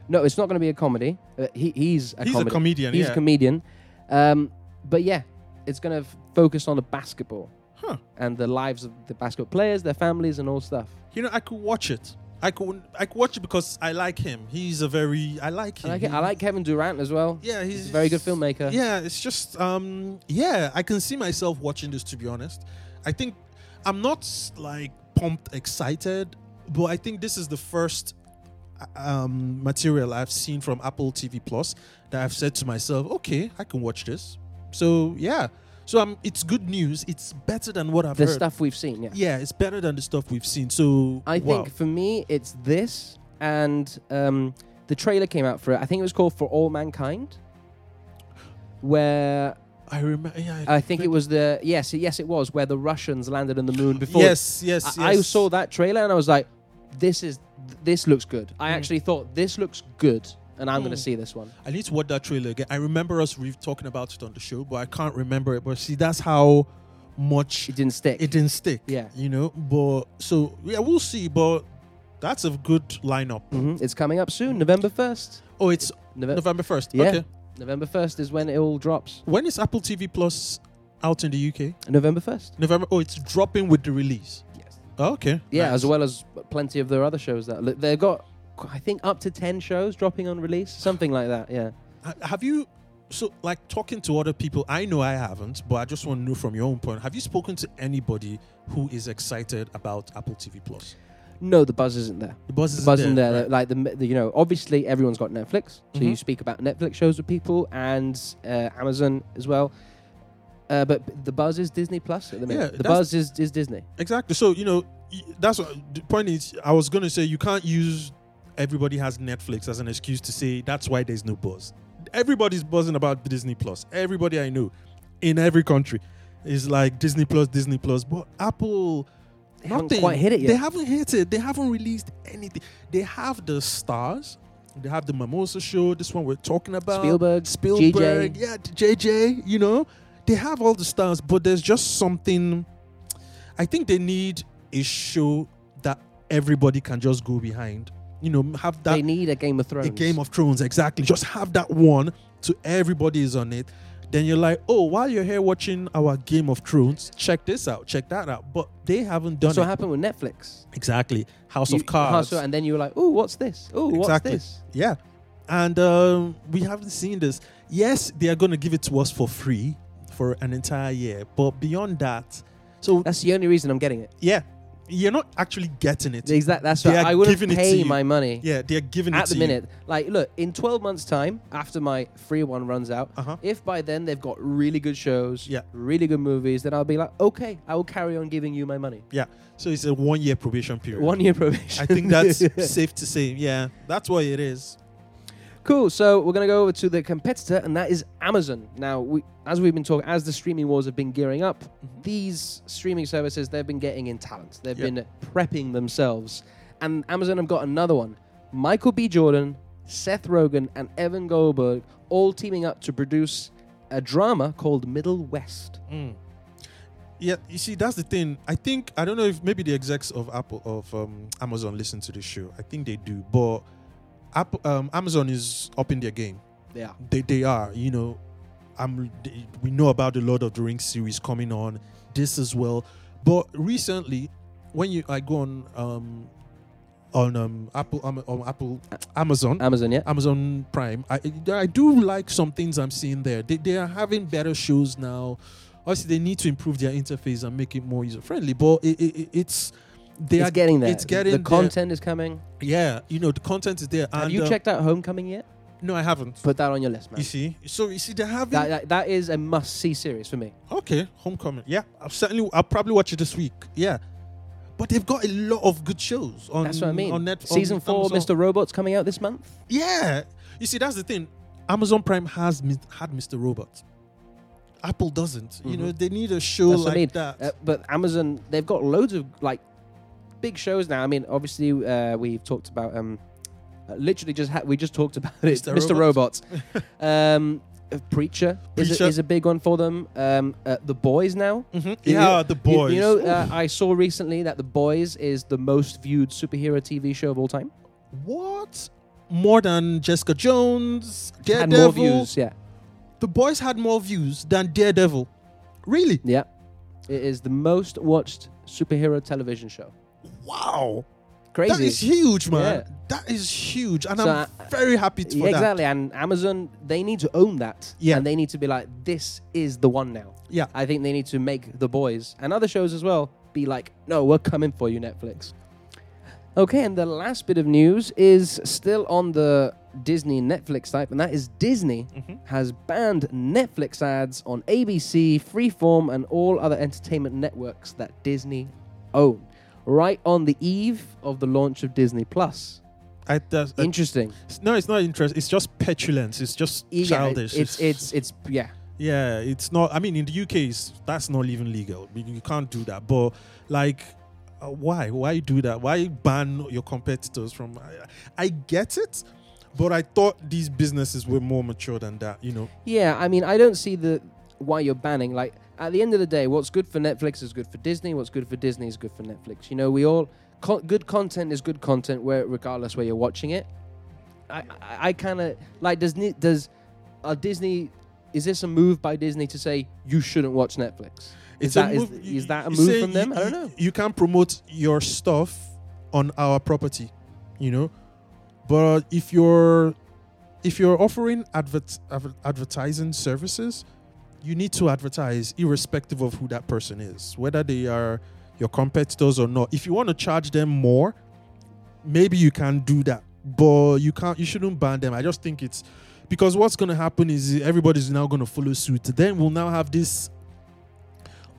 Speaker 2: No, it's not going to be a comedy. Uh, he, he's a
Speaker 1: He's a
Speaker 2: comedy.
Speaker 1: comedian,
Speaker 2: He's a
Speaker 1: yeah.
Speaker 2: comedian. Um, but yeah, it's going to focus on the basketball
Speaker 1: Huh.
Speaker 2: and the lives of the basketball players, their families, and all stuff.
Speaker 1: You know, I could watch it. I could, I could watch it because I like him. He's a very, I like him.
Speaker 2: I like, it. I
Speaker 1: He-
Speaker 2: like Kevin Durant as well.
Speaker 1: Yeah, he's,
Speaker 2: a very good filmmaker.
Speaker 1: Yeah, it's just, um, yeah, I can see myself watching this. To be honest, I think I'm not like pumped, excited, but I think this is the first um, material I've seen from Apple TV Plus that I've said to myself, okay, I can watch this. So yeah, so um, it's good news. It's better than what I've
Speaker 2: The
Speaker 1: heard.
Speaker 2: stuff we've seen, yeah.
Speaker 1: Yeah, it's better than the stuff we've seen. So
Speaker 2: I
Speaker 1: wow.
Speaker 2: think for me, it's this and um, the trailer came out for it. I think it was called For All Mankind, where
Speaker 1: I remember. Yeah,
Speaker 2: I think it was the yes, yes, it was where the Russians landed on the moon before.
Speaker 1: Yes, yes,
Speaker 2: I, I
Speaker 1: yes.
Speaker 2: saw that trailer and I was like, this is this looks good. I actually thought this looks good, and I'm going to see this one.
Speaker 1: I need to watch that trailer again. I remember us re- talking about it on the show, but I can't remember it. But see, that's how much
Speaker 2: It didn't stick.
Speaker 1: it didn't stick.
Speaker 2: Yeah.
Speaker 1: you know. But so yeah, we'll see. But that's a good lineup.
Speaker 2: Mm-hmm. Mhm. It's coming up soon, November first.
Speaker 1: Oh, it's
Speaker 2: Nove-
Speaker 1: November 1st.
Speaker 2: Yeah.
Speaker 1: Okay.
Speaker 2: November 1st is when it all drops.
Speaker 1: When is Apple TV Plus out in the UK?
Speaker 2: November 1st.
Speaker 1: November. Oh, it's dropping with the release. Oh,
Speaker 2: Yes.
Speaker 1: Okay.
Speaker 2: Yeah,
Speaker 1: Nice.
Speaker 2: as well as plenty of their other shows that li- they've got, qu- I think, up to 10 shows dropping on release, something like that. Yeah.
Speaker 1: Ha- Have you, so like talking to other people, I know I haven't, but I just want to know from your own point, have you spoken to anybody who is excited about Apple TV Plus?
Speaker 2: No, the buzz isn't there.
Speaker 1: The buzz is
Speaker 2: The buzz isn't there.
Speaker 1: right?
Speaker 2: Like the, the, you know, obviously everyone's got Netflix, so you
Speaker 1: Mhm.
Speaker 2: speak about Netflix shows with people and uh, Amazon as well. Uh, but b- the buzz is Disney Plus at the minute.
Speaker 1: Yeah,
Speaker 2: the
Speaker 1: that's-
Speaker 2: buzz is, is Disney.
Speaker 1: Exactly. So you know, y- that's what the point is. I was going to say you can't use everybody has Netflix as an excuse to say that's why there's no buzz. Everybody's buzzing about Disney Plus. Everybody I know in every country is like Disney Plus, Disney Plus. But Apple,
Speaker 2: They haven't
Speaker 1: nothing.
Speaker 2: quite hit it yet.
Speaker 1: They haven't hit it. They haven't released anything. They have the stars. They have the Mimosa show. This one we're talking about.
Speaker 2: Spielberg,
Speaker 1: Spielberg,
Speaker 2: JJ.
Speaker 1: yeah, JJ, you know, they have all the stars, but there's just something. I think they need a show that everybody can just go behind. You know, have that
Speaker 2: they need a Game of Thrones.
Speaker 1: a Game of Thrones, exactly. Just have that one so everybody is on it. Then you're like, oh, while you're here watching our Game of Thrones, check this out, check that out. But they haven't done
Speaker 2: That's what
Speaker 1: it.
Speaker 2: happened with Netflix.
Speaker 1: exactly. House
Speaker 2: You-
Speaker 1: of Cards.
Speaker 2: House- and then you were like, "Oh, what's this? Oh, what's
Speaker 1: Exactly.
Speaker 2: this?"
Speaker 1: Yeah. And um, we haven't seen this. Yes, they are going to give it to us for free for an entire year. But beyond that, so
Speaker 2: That's the only reason I'm getting it.
Speaker 1: yeah, you're not actually getting it.
Speaker 2: Exactly. That's
Speaker 1: They
Speaker 2: right.
Speaker 1: are
Speaker 2: I wouldn't
Speaker 1: giving it to
Speaker 2: pay
Speaker 1: you.
Speaker 2: my money
Speaker 1: yeah, they are giving it
Speaker 2: at
Speaker 1: to
Speaker 2: the
Speaker 1: you.
Speaker 2: minute. Like, look, in 12 months' time, after my free one runs out,
Speaker 1: Uh-huh.
Speaker 2: if by then they've got really good shows,
Speaker 1: Yeah.
Speaker 2: really good movies, then I'll be like, "Okay, I will carry on giving you my money."
Speaker 1: Yeah. So it's a one year probation period.
Speaker 2: One year probation.
Speaker 1: I think that's safe to say. Yeah, that's what it is.
Speaker 2: Cool. So we're going to go over to the competitor, and that is Amazon. Now, we, as we've been talking, as the streaming wars have been gearing up, these streaming services they've been getting in talent. They've
Speaker 1: Mm-hmm. Yeah.
Speaker 2: been prepping themselves, and Amazon have got another one. Michael B. Jordan, Seth Rogen, and Evan Goldberg all teaming up to produce a drama called Middle West.
Speaker 1: Yeah, you see, that's the thing. I think I don't know if maybe the execs of Apple of um, Amazon listen to the show. I think they do, but Apple, um, Amazon is up in their game.
Speaker 2: Yeah.
Speaker 1: they, they are you know i'm they- we know about the lord of the rings series coming on this as well but recently when you i go on um on um apple um, on apple amazon
Speaker 2: Amazon, yeah.
Speaker 1: amazon prime i i do like some things i'm seeing there they, they are having better shows now obviously they need to improve their interface and make it more user friendly but it, it, it- it's they
Speaker 2: it's
Speaker 1: are
Speaker 2: getting there.
Speaker 1: it's getting
Speaker 2: the
Speaker 1: there.
Speaker 2: content is coming.
Speaker 1: yeah you know the content is there
Speaker 2: Have
Speaker 1: and,
Speaker 2: you
Speaker 1: uh,
Speaker 2: checked out Homecoming yet?
Speaker 1: no i haven't
Speaker 2: Put that on your list, man.
Speaker 1: you see so you see they're having
Speaker 2: That, that, that is a must-see series for me.
Speaker 1: Okay, Homecoming. Yeah, I'll certainly. I'll probably watch it this week. Yeah, but they've got a lot of good shows on.
Speaker 2: That's what I mean.
Speaker 1: On Netflix,
Speaker 2: Season four,
Speaker 1: Amazon.
Speaker 2: Mr. Robot's coming out this month.
Speaker 1: Yeah, you see, that's the thing. Amazon Prime has mis- had Mr. Robot. Apple doesn't. You know, they need a show
Speaker 2: Mm-hmm. That's what
Speaker 1: like
Speaker 2: I mean.
Speaker 1: that.
Speaker 2: Uh, but Amazon, they've got loads of like big shows now. I mean, obviously, uh, we've talked about um, uh, literally just ha- we just talked about it,
Speaker 1: Mr.
Speaker 2: Mr. Robot. um, uh, Preacher, Is,
Speaker 1: Preacher.
Speaker 2: a, is a big one for them. Um, uh, the Boys now.
Speaker 1: Mhm.
Speaker 2: You-
Speaker 1: Yeah, The
Speaker 2: you-
Speaker 1: Boys.
Speaker 2: You, know, uh, I saw recently that The Boys is the most viewed superhero TV show of all time.
Speaker 1: Oh, what? More than Jessica Jones,
Speaker 2: Had more
Speaker 1: Daredevil.
Speaker 2: views, yeah,
Speaker 1: The boys had more views than Daredevil. Really?
Speaker 2: yeah. It is the most watched superhero television show.
Speaker 1: Wow.
Speaker 2: Crazy.
Speaker 1: That is huge, man.
Speaker 2: Yeah.
Speaker 1: That is huge, and I'm
Speaker 2: So, uh,
Speaker 1: very happy for
Speaker 2: Yeah,
Speaker 1: that.
Speaker 2: exactly. And Amazon, they need to own that.
Speaker 1: Yeah.
Speaker 2: And they need to be like, this is the one now.
Speaker 1: Yeah.
Speaker 2: I think they need to make The Boys and other shows as well be like, no, we're coming for you, Netflix. Okay, and the last bit of news is still on the Disney Netflix type, and that is Disney has banned Netflix ads on ABC, Freeform, and all other entertainment networks that Disney own. Right on the eve of the launch of Disney Plus.
Speaker 1: I, that's, I-
Speaker 2: Interesting.
Speaker 1: It's- No, it's not interest. It's just petulance. It's just
Speaker 2: Yeah,
Speaker 1: childish.
Speaker 2: It's it's it's yeah.
Speaker 1: yeah. It's not. I mean, in the UK, it's, that's not even legal. You, you can't do that. But like, uh, why? Why do that? Why ban your competitors from? I, I get it, but I thought these businesses were more mature than that. You know.
Speaker 2: Yeah, I mean, I don't see the why you're banning. Like at the end of the day, what's good for Netflix is good for Disney. What's good for Disney is good for Netflix. You know, we all co- good content is good content, where regardless where you're watching it. I I, I kind of like does Ni- does are Disney is this a move by Disney to say you shouldn't watch Netflix? Is that is
Speaker 1: move-
Speaker 2: is that a
Speaker 1: you
Speaker 2: move
Speaker 1: say
Speaker 2: from them?
Speaker 1: you-
Speaker 2: I don't
Speaker 1: you-
Speaker 2: know.
Speaker 1: You can't promote your stuff on our property, you know. But if you're if you're offering advert, adver- advertising services, you need to advertise irrespective of who that person is, whether they are your competitors or not. If you want to charge them more, maybe you can do that, but you can't. You shouldn't ban them. I just think it's because what's going to happen is everybody's now going to follow suit. Then we'll now have this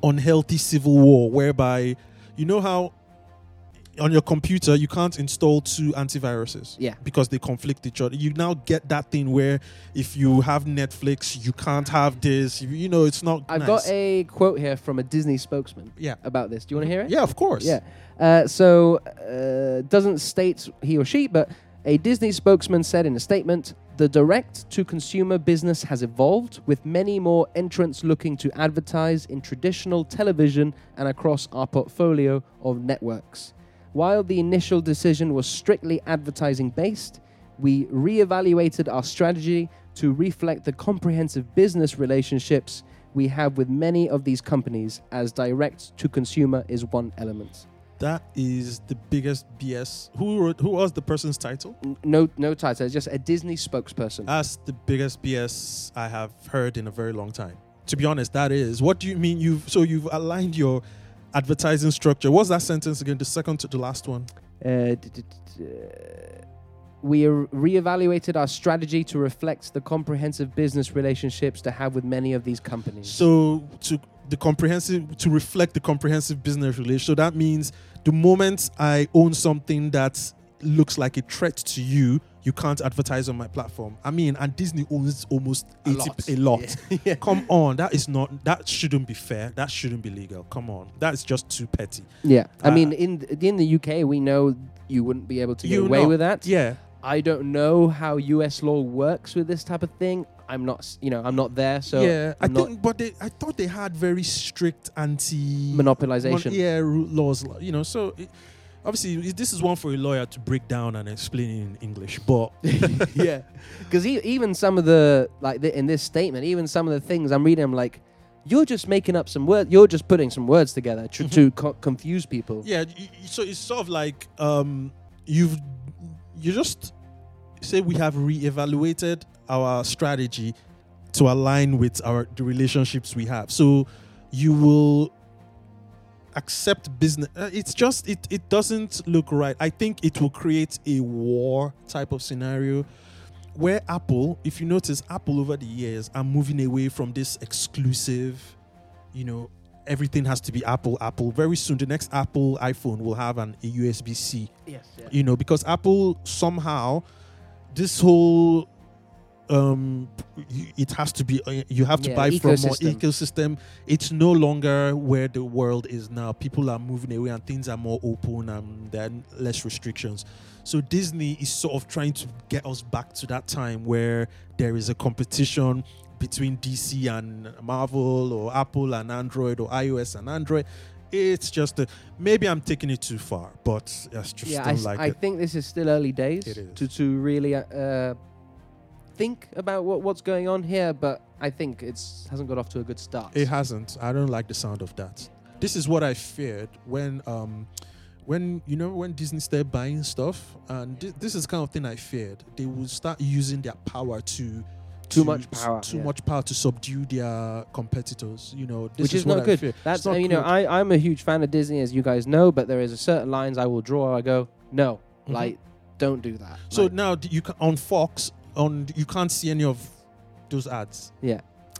Speaker 1: unhealthy civil war whereby you know how on your computer you can't install two antiviruses
Speaker 2: Yeah.
Speaker 1: because they conflict each other you now get that thing where if you have netflix you can't have this you, you know it's not
Speaker 2: I've
Speaker 1: nice.
Speaker 2: got a quote here from a Disney spokesman
Speaker 1: yeah
Speaker 2: about this. Do you want to hear it?
Speaker 1: yeah of course
Speaker 2: Yeah. Uh, so, uh, doesn't state he or she, but a Disney spokesman said in a statement the direct to consumer business has evolved, with many more entrants looking to advertise in traditional television and across our portfolio of networks. While the initial decision was strictly advertising based, we reevaluated our strategy to reflect the comprehensive business relationships we have with many of these companies, as direct to consumer is one element.
Speaker 1: that is the biggest bs who wrote who was the person's title
Speaker 2: N- No, no title. It's just a Disney spokesperson.
Speaker 1: That's the biggest BS I have heard in a very long time. To be honest, that is. What do you mean you've so you've aligned your advertising structure? What's that sentence again? The second to the last one.
Speaker 2: Uh, d- d- d- uh, we re- reevaluated our strategy to reflect the comprehensive business relationships to have with many of these companies.
Speaker 1: So to the comprehensive to reflect the comprehensive business relation. So that means the moment I own something that looks like a threat to you, you can't advertise on my platform. I mean, and Disney owns almost
Speaker 2: A
Speaker 1: 80
Speaker 2: lot.
Speaker 1: a lot.
Speaker 2: Yeah.
Speaker 1: Come on, that is not that shouldn't be fair. That shouldn't be legal. Come on. That is just too petty.
Speaker 2: yeah, I
Speaker 1: Uh,
Speaker 2: mean, in th- in the UK, we know you wouldn't be able to get
Speaker 1: You're
Speaker 2: away
Speaker 1: not-
Speaker 2: with that.
Speaker 1: Yeah.
Speaker 2: I don't know how U.S. law works with this type of thing. I'm not, s- you know, I'm not there, so
Speaker 1: yeah, I
Speaker 2: I'm not
Speaker 1: think, but they, I thought they had very strict anti
Speaker 2: monopolization.
Speaker 1: mon- yeah, ru- laws. li- You know, so it, obviously i- this is one for a lawyer to break down and explain in English. But
Speaker 2: yeah, because e, even some of the like the, in this statement, even some of the things I'm reading, I'm like, you're just making up some words. You're just putting some words together to,
Speaker 1: Mm-hmm.
Speaker 2: to co- confuse people.
Speaker 1: yeah, y- y- so it's sort of like um, you've you just say we have reevaluated our strategy to align with our the relationships we have. So you will accept business uh, it's just it it doesn't look right i think it will create a war type of scenario where apple if you notice apple over the years are moving away from this exclusive you know everything has to be apple apple very soon the next apple iphone will have an a usb-c
Speaker 2: Yes.
Speaker 1: you know because apple somehow this whole um y- it has to be uh, you have to
Speaker 2: Yeah,
Speaker 1: buy from more
Speaker 2: ecosystem.
Speaker 1: ecosystem it's no longer where the world is now people are moving away and things are more open and then less restrictions so disney is sort of trying to get us back to that time where there is a competition between dc and marvel or apple and android or ios and android it's just a, maybe i'm taking it too far but i just
Speaker 2: Yeah, I,
Speaker 1: don't
Speaker 2: s-
Speaker 1: like
Speaker 2: I
Speaker 1: it
Speaker 2: think this is still early days
Speaker 1: It is.
Speaker 2: to to really uh, uh, think about what, what's going on here, but I think it's hasn't got off to a good start.
Speaker 1: It hasn't. I don't like the sound of that. This is what I feared when, um, when you know, when Disney started buying stuff, and thi- this is the kind of thing I feared. They would start using their power to. to-
Speaker 2: Too much power,
Speaker 1: Too
Speaker 2: yeah.
Speaker 1: much power to subdue their competitors. You know, this
Speaker 2: which is,
Speaker 1: what
Speaker 2: not
Speaker 1: I
Speaker 2: good.
Speaker 1: feared.
Speaker 2: That's
Speaker 1: It's not
Speaker 2: uh, you know
Speaker 1: good.
Speaker 2: I I'm a huge fan of Disney as you guys know, but there is a certain lines I will draw. I go no,
Speaker 1: Mhm.
Speaker 2: like don't do that.
Speaker 1: So
Speaker 2: Like,
Speaker 1: now d- you can, on Fox on you can't see any of those ads.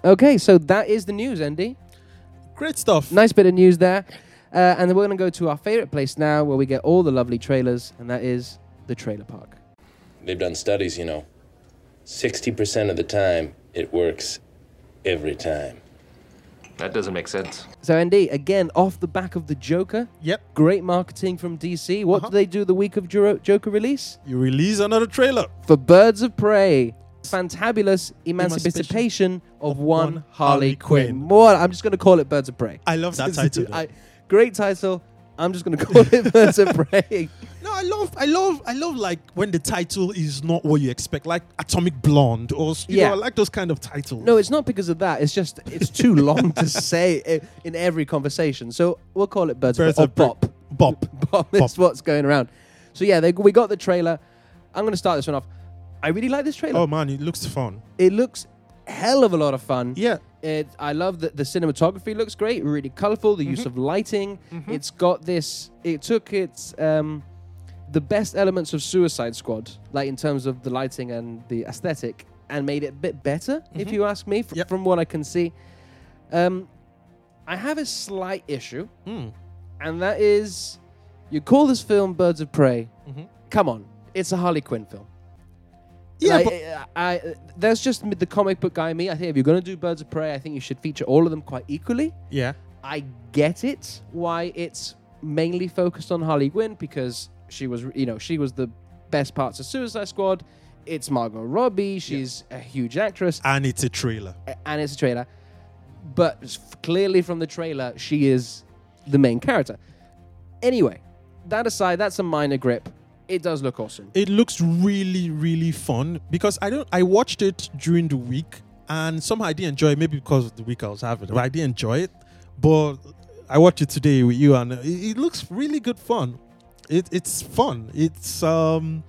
Speaker 2: okay, so that is the news, Andy.
Speaker 1: Great stuff.
Speaker 2: Nice bit of news there, uh, and then we're gonna go to our favorite place now, where we get all the lovely trailers, and that is the trailer park.
Speaker 4: They've done studies, you know. 60% of the time, it works every time.
Speaker 5: That doesn't make sense.
Speaker 2: So Andy, again off the back of the Joker,
Speaker 1: Yep.
Speaker 2: great marketing from DC. What
Speaker 1: Uh-huh.
Speaker 2: do they do the week of Juro- Joker release?
Speaker 1: You release another trailer.
Speaker 2: for Birds of Prey. Fantabulous emancipation,
Speaker 1: Emancipation
Speaker 2: of,
Speaker 1: of
Speaker 2: one,
Speaker 1: one
Speaker 2: Harley
Speaker 1: Harley
Speaker 2: Quinn.
Speaker 1: Quinn.
Speaker 2: What? I'm just going to call it Birds of Prey.
Speaker 1: I love that title. though.
Speaker 2: I- great title. I'm just going to call it Birds of Prey.
Speaker 1: No, I love, I love, I love like when the title is not what you expect, like Atomic Blonde or s- you
Speaker 2: Yeah.
Speaker 1: know, I like those kind of titles.
Speaker 2: No, it's not because of that. It's just it's too long to say i in every conversation. So we'll call it Birds,
Speaker 1: Birds
Speaker 2: of
Speaker 1: of Prey.
Speaker 2: Prey. Or Bop.
Speaker 1: Bop.
Speaker 2: Bop is what's going around. So yeah, they, we got the trailer. I'm going to start this one off. I really like this trailer.
Speaker 1: Oh man, it looks fun.
Speaker 2: It looks hell of a lot of fun.
Speaker 1: Yeah.
Speaker 2: It, I love that the cinematography looks great, really colorful. The use of lighting. It's got this. It took its um, the best elements of Suicide Squad, like in terms of the lighting and the aesthetic, and made it a bit better, if you ask me, fr-
Speaker 1: Yep.
Speaker 2: from what I can see. Um, I have a slight issue, and that is, you call this film Birds of Prey. Come on, it's a Harley Quinn film.
Speaker 1: Yeah,
Speaker 2: Like,
Speaker 1: but
Speaker 2: I, I- that's just m- the comic book guy in me. I think if you're going to do Birds of Prey, I think you should feature all of them quite equally.
Speaker 1: yeah,
Speaker 2: I get it why it's mainly focused on Harley Quinn because she was, you know, she was the best parts of Suicide Squad. It's Margot Robbie. She's a huge actress,
Speaker 1: and it's a trailer.
Speaker 2: a- and it's a trailer. But s- clearly, from the trailer, she is the main character. Anyway, that aside, that's a minor grip. It does look awesome.
Speaker 1: It looks really, really fun because I don't. I watched it during the week, and somehow I didn't enjoy it. Maybe because of the week I was having, but I didn't enjoy it. But I watched it today with you, and it, it looks really good fun. It, it's fun. It's um.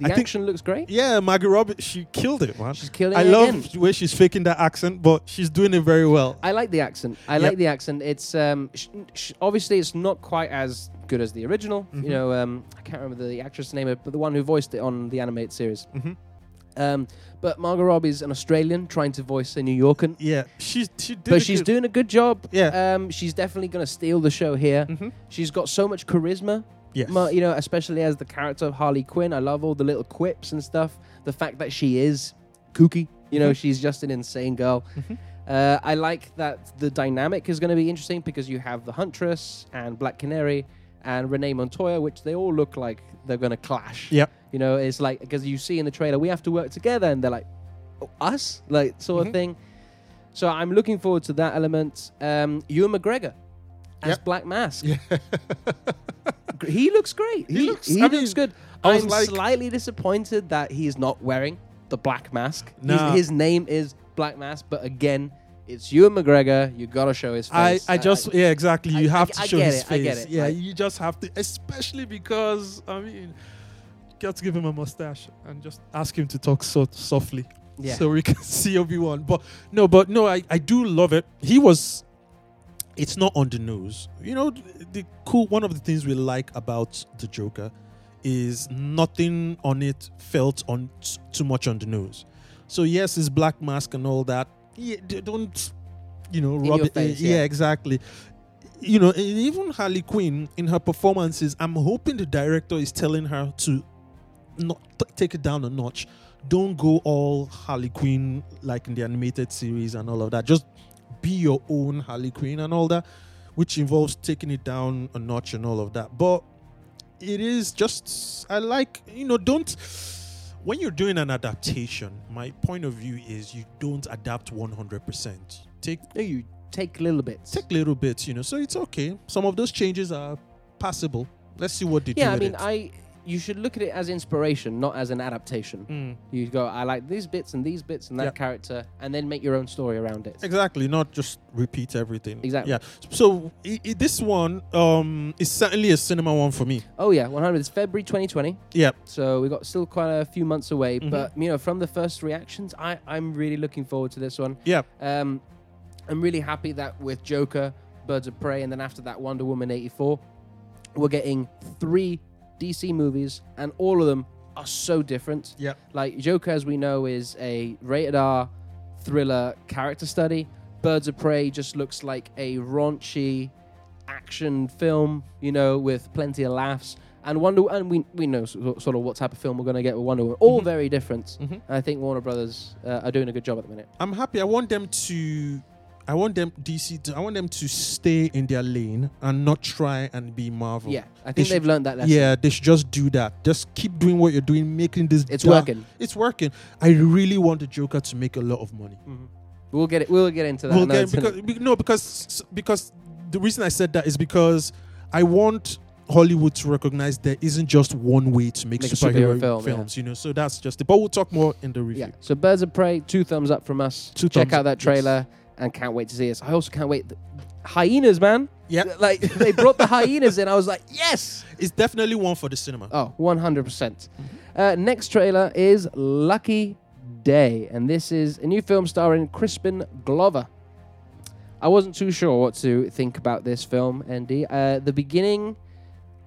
Speaker 2: The
Speaker 1: I think-
Speaker 2: action looks great.
Speaker 1: Yeah, Margot Robbie, she killed it, man.
Speaker 2: She's killing
Speaker 1: I
Speaker 2: it
Speaker 1: love
Speaker 2: again.
Speaker 1: the way she's faking that accent, but she's doing it very well.
Speaker 2: I like the accent. I
Speaker 1: Yep.
Speaker 2: like the accent. It's um, sh- sh- obviously it's not quite as good as the original.
Speaker 1: Mm-hmm.
Speaker 2: You know, um, I can't remember the actress name, but the one who voiced it on the animated series.
Speaker 1: Mm-hmm.
Speaker 2: Um, but Margot Robbie's an Australian trying to voice a New Yorker,
Speaker 1: yeah, she's she did. a
Speaker 2: but she's
Speaker 1: good-
Speaker 2: doing a good job.
Speaker 1: Yeah. Mm-hmm.
Speaker 2: um, she's definitely going to steal the show here. She's got so much charisma.
Speaker 1: Yes.
Speaker 2: Ma- Mm-hmm. you know, especially as the character of Harley Quinn. I love all the little quips and stuff. The fact that she is kooky. You know, she's just an insane girl. Uh, I like that the dynamic is going to be interesting because you have the Huntress and Black Canary and Renee Montoya, which they all look like they're going to clash.
Speaker 1: Yep.
Speaker 2: You know, it's like because you see in the trailer we have to work together, and they're like, "Oh, us, like sort
Speaker 1: Mm-hmm.
Speaker 2: of thing. So I'm looking forward to that element. Um, Ewan McGregor as
Speaker 1: Yep.
Speaker 2: Black Mask. Gr- he looks great. He, he looks,
Speaker 1: looks- I mean,
Speaker 2: good.
Speaker 1: I was
Speaker 2: I'm
Speaker 1: like-
Speaker 2: slightly disappointed that he's not wearing the black mask. He's-
Speaker 1: Nah.
Speaker 2: His name is Black Mask, but again, it's Ewan McGregor. You gotta show his
Speaker 1: I,
Speaker 2: face. Uh,
Speaker 1: I just yeah exactly.
Speaker 2: I-
Speaker 1: You
Speaker 2: I-
Speaker 1: have
Speaker 2: I
Speaker 1: to show
Speaker 2: get
Speaker 1: his
Speaker 2: it, I
Speaker 1: face.
Speaker 2: get it.
Speaker 1: Yeah,
Speaker 2: I-
Speaker 1: you just have to, especially because I mean, you got to give him a mustache and just ask him to talk so softly,
Speaker 2: Yeah.
Speaker 1: so we can see Obi Wan. But no, but no, I I do love it. He was. It's not on the nose. You know, the cool one of the things we like about the Joker is nothing on it felt on t- too much on the nose. So yes, his black mask and all that. Yeah, d- don't you know rub
Speaker 2: your
Speaker 1: it. eh,
Speaker 2: face,
Speaker 1: yeah.
Speaker 2: yeah.
Speaker 1: exactly. You know, and even Harley Quinn in her performances, I'm hoping the director is telling her to not t- take it down a notch. Don't go all Harley Quinn like in the animated series and all of that. Just be your own Harley Quinn and all that, which involves taking it down a notch and all of that. But it is just I like you know don't when you're doing an adaptation my point of view is you don't adapt 100% take
Speaker 2: no, you take little bits.
Speaker 1: take little bits you know so it's okay some of those changes are passable let's see what they
Speaker 2: yeah, I
Speaker 1: do with
Speaker 2: mean,
Speaker 1: it.
Speaker 2: I you should look at it as inspiration, not as an adaptation.
Speaker 1: Mm,
Speaker 2: You go, I like these bits and these bits and that
Speaker 1: Yeah.
Speaker 2: character, and then make your own story around it.
Speaker 1: exactly not just repeat everything
Speaker 2: Exactly.
Speaker 1: yeah so i i this one um is certainly a cinema one for me
Speaker 2: Oh yeah, 100. It's February 2020.
Speaker 1: yeah
Speaker 2: So we got still quite a few months away,
Speaker 1: Mm-hmm.
Speaker 2: but you know, from the first reactions, I, I'm really looking forward to this one.
Speaker 1: yeah
Speaker 2: Um, I'm really happy that with Joker, Birds of Prey, and then after that, Wonder Woman 84, we're getting three DC movies, and all of them are so different.
Speaker 1: Yep.
Speaker 2: Like Joker, as we know, is a rated R thriller character study. Birds of Prey just looks like a raunchy action film, you know, with plenty of laughs. And Wonder, and we we know so- sort of what type of film we're going to get with Wonder Woman. All
Speaker 1: Mm-hmm.
Speaker 2: very different. And I think Warner Brothers uh, are doing a good job at the minute.
Speaker 1: I'm happy. I want them to. I want them DC. To, I want them to stay in their lane and not try and be Marvel.
Speaker 2: Yeah, I
Speaker 1: They
Speaker 2: think
Speaker 1: should-
Speaker 2: they've learned that lesson.
Speaker 1: Yeah, they should just do that. Just keep doing what you're doing, making this.
Speaker 2: It's
Speaker 1: dark-
Speaker 2: working.
Speaker 1: It's working. I really want the Joker to make a lot of money.
Speaker 2: We'll get it. We'll get into that.
Speaker 1: Well,
Speaker 2: another
Speaker 1: then, because,
Speaker 2: time.
Speaker 1: be- no, because because the reason I said that is because I want Hollywood to recognize there isn't just one way to make,
Speaker 2: Make a
Speaker 1: superhero,
Speaker 2: superhero film,
Speaker 1: films. You know, so that's just it. But we'll talk more in the review.
Speaker 2: Yeah. So Birds of Prey, two thumbs up from us.
Speaker 1: Two
Speaker 2: Check
Speaker 1: thumbs
Speaker 2: out
Speaker 1: up,
Speaker 2: that
Speaker 1: yes.
Speaker 2: trailer and can't wait to see us. I also can't wait. hyenas, man.
Speaker 1: Yeah.
Speaker 2: Like they brought the hyenas in. I was like, yes.
Speaker 1: It's definitely one for the cinema.
Speaker 2: Oh, 100%. percent Uh, next trailer is Lucky Day, and this is a new film starring Crispin Glover. I wasn't too sure what to think about this film, Andy. Uh, the beginning,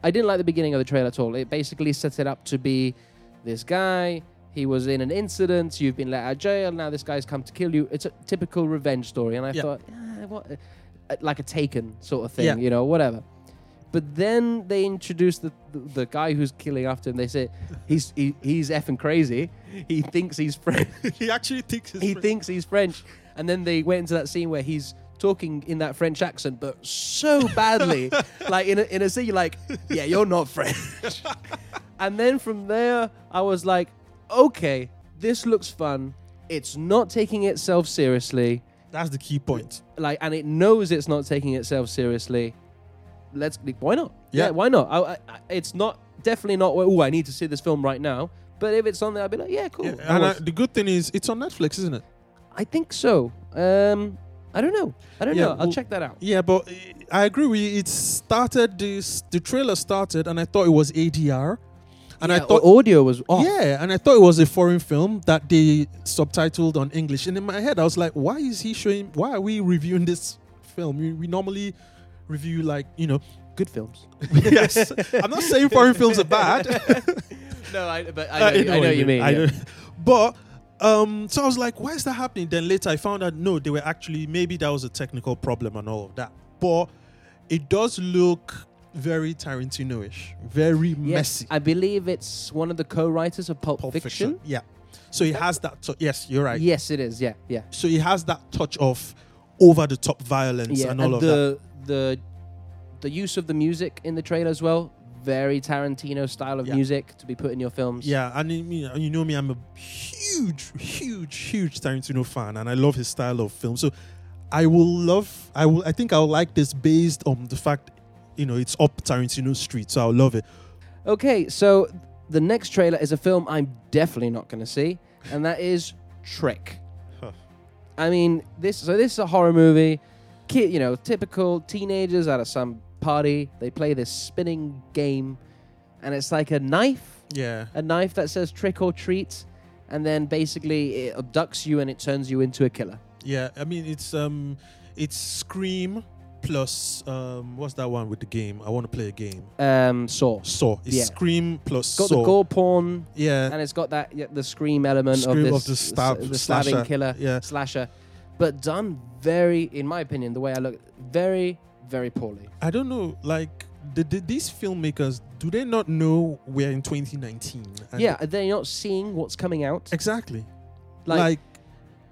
Speaker 2: I didn't like the beginning of the trailer at all. It basically set it up to be this guy, he was in an incident, you've been let out of jail, now this guy's come to kill you. It's a typical revenge story, and I
Speaker 1: Yeah.
Speaker 2: thought, "Ah, what? uh, like a taken sort of thing,
Speaker 1: Yeah.
Speaker 2: you know, whatever. But then they introduce the, the the guy who's killing after him. They say he's he, he's effing crazy. He thinks he's French.
Speaker 1: he actually thinks it's
Speaker 2: he
Speaker 1: fr-
Speaker 2: thinks he's French. And then they went into that scene where he's talking in that French accent, but so badly, like in a, in a scene, you're like, yeah, you're not French. and then from there, I was like, okay, this looks fun. It's not taking itself seriously
Speaker 1: that's the key point.
Speaker 2: like and it knows it's not taking itself seriously let's like, why not
Speaker 1: Yeah.
Speaker 2: why not I, I, I- it's not definitely not oh i need to see this film right now but if it's on there i'd be like yeah cool
Speaker 1: Yeah,
Speaker 2: I
Speaker 1: and uh,
Speaker 2: was-
Speaker 1: the good thing is it's on Netflix, isn't it?
Speaker 2: I, think so um i don't know i don't
Speaker 1: Yeah,
Speaker 2: know i'll
Speaker 1: well-
Speaker 2: check that out
Speaker 1: Yeah, but uh, I agree with you. It started this. The trailer started, and I thought it was ADR, and I
Speaker 2: Yeah, oh,
Speaker 1: thought
Speaker 2: audio was off
Speaker 1: Yeah, and I thought it was a foreign film that they subtitled on English. And in my head, I was like, why is he showing, why are we reviewing this film? We, we normally review, like, you know,
Speaker 2: good films
Speaker 1: yes. I'm not saying foreign films are bad.
Speaker 2: no i but
Speaker 1: Uh,
Speaker 2: i know, I know what you mean
Speaker 1: I
Speaker 2: yeah.
Speaker 1: know. But, um, so I was like, why is that happening? Then later I found out, no, they were actually, maybe that was a technical problem and all of that. But it does look very Tarantino ish, very
Speaker 2: Yes,
Speaker 1: messy.
Speaker 2: i believe it's one of the co-writers of pulp,
Speaker 1: Pulp
Speaker 2: fiction,
Speaker 1: Yeah. So it has that. So, yes, you're right.
Speaker 2: yes it is yeah yeah
Speaker 1: so he has that touch of over the top violence
Speaker 2: yeah,
Speaker 1: and all of that.
Speaker 2: the, The the use of the music in the trailer as well, very Tarantino style of
Speaker 1: Yeah. music
Speaker 2: music to be put in your films.
Speaker 1: Yeah, and I mean, you know me, I'm a huge, huge, huge Tarantino fan, and I love his style of film. So I will love, I will, I think I'll like this based on the fact, you know, it's up Tarantino Street, so I'll love it.
Speaker 2: Okay, so the next trailer is a film I'm definitely not going to see, and that is Trick. I mean, this so this is a horror movie. Kid, you know, typical teenagers out of some party. They play this spinning game, and it's like a knife
Speaker 1: Yeah,
Speaker 2: a knife that says trick or treat, and then basically it abducts you and it turns you into a killer.
Speaker 1: yeah. I mean, it's um, it's Scream plus um, what's that one with the game? I want to play a game.
Speaker 2: Um, Saw. It's
Speaker 1: Saw. It's
Speaker 2: Yeah.
Speaker 1: Scream plus
Speaker 2: got
Speaker 1: Saw.
Speaker 2: the gore porn,
Speaker 1: yeah,
Speaker 2: and it's got that yeah, the scream element
Speaker 1: Scream
Speaker 2: of this
Speaker 1: of the stab-
Speaker 2: the stabbing
Speaker 1: slasher,
Speaker 2: killer
Speaker 1: yeah.
Speaker 2: slasher, but done very, in my opinion, the way I look, very, very poorly.
Speaker 1: I don't know, like, did, did these filmmakers do they not know we're in 2019? And-
Speaker 2: yeah, they're not seeing what's coming out.
Speaker 1: exactly. Like,
Speaker 2: Like,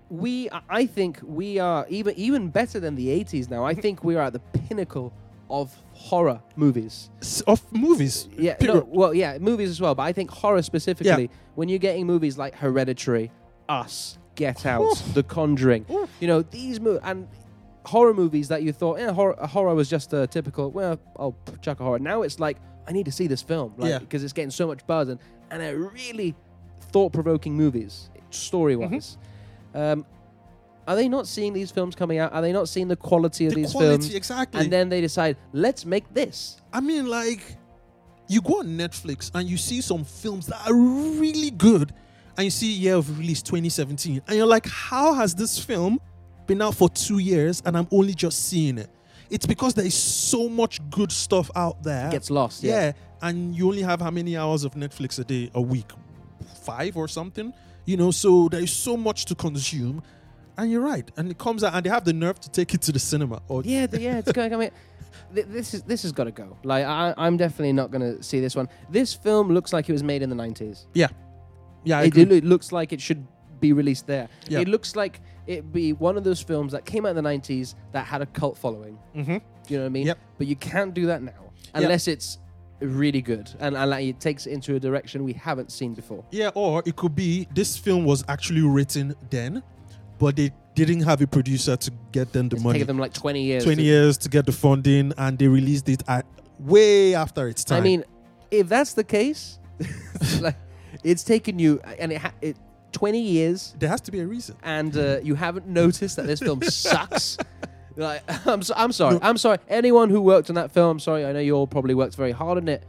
Speaker 2: we, I- I think we are even even better than the '80s now. I think we are at the pinnacle of horror movies.
Speaker 1: s- of movies.
Speaker 2: Yeah,
Speaker 1: period.
Speaker 2: no, well, yeah, movies as well, but I think horror specifically, when you're getting movies like Hereditary, Us, Get Out,
Speaker 1: Oof.
Speaker 2: The Conjuring,
Speaker 1: Oof.
Speaker 2: you know, these movies, and horror movies that you thought, yeah, horror, horror was just a typical, well, I'll p- chuck a horror. Now it's like, I need to see this film, like,
Speaker 1: Yeah.
Speaker 2: because it's getting so much buzz, and, and they're really thought provoking movies, story wise.
Speaker 1: Mm-hmm.
Speaker 2: Um, are they not seeing these films coming out? Are they not seeing the quality of
Speaker 1: The
Speaker 2: these
Speaker 1: quality,
Speaker 2: films?
Speaker 1: exactly.
Speaker 2: And then they decide, let's make this.
Speaker 1: I mean, like, you go on Netflix and you see some films that are really good, and you see year of release 2017, and you're like, how has this film been out for two years and I'm only just seeing it? It's because there is so much good stuff out there.
Speaker 2: Gets lost, yeah.
Speaker 1: and you only have how many hours of Netflix a day, a week, five or something, you know. So there is so much to consume, and you're right. And it comes out, and they have the nerve to take it to the cinema. Or
Speaker 2: Yeah, th- yeah, it's going. I mean, th- this is this has got to go. Like, I, I'm definitely not going to see this one. This film looks like it was made in the 90s.
Speaker 1: yeah, yeah. I
Speaker 2: It,
Speaker 1: agree.
Speaker 2: do- it looks like it should be released there.
Speaker 1: Yeah.
Speaker 2: It looks like it'd be one of those films that came out in the 90s that had a cult following. Mm-hmm. Do you know what I mean?
Speaker 1: Yep.
Speaker 2: But you can't do that now unless it's really good and, and like, it takes it into a direction we haven't seen before.
Speaker 1: Yeah, or it could be this film was actually written then, but they didn't have a producer to get them the
Speaker 2: It's
Speaker 1: money.
Speaker 2: taken them like 20 years.
Speaker 1: 20
Speaker 2: to-
Speaker 1: years to get the funding, and they released it at way after its time.
Speaker 2: I mean, if that's the case, like, it's taken you and it, ha- it twenty years,
Speaker 1: there has to be a reason.
Speaker 2: and uh, you haven't noticed that this film sucks. Like, I'm, so, I'm sorry. I'm sorry. Anyone who worked on that film, I'm sorry. I know you all probably worked very hard on it,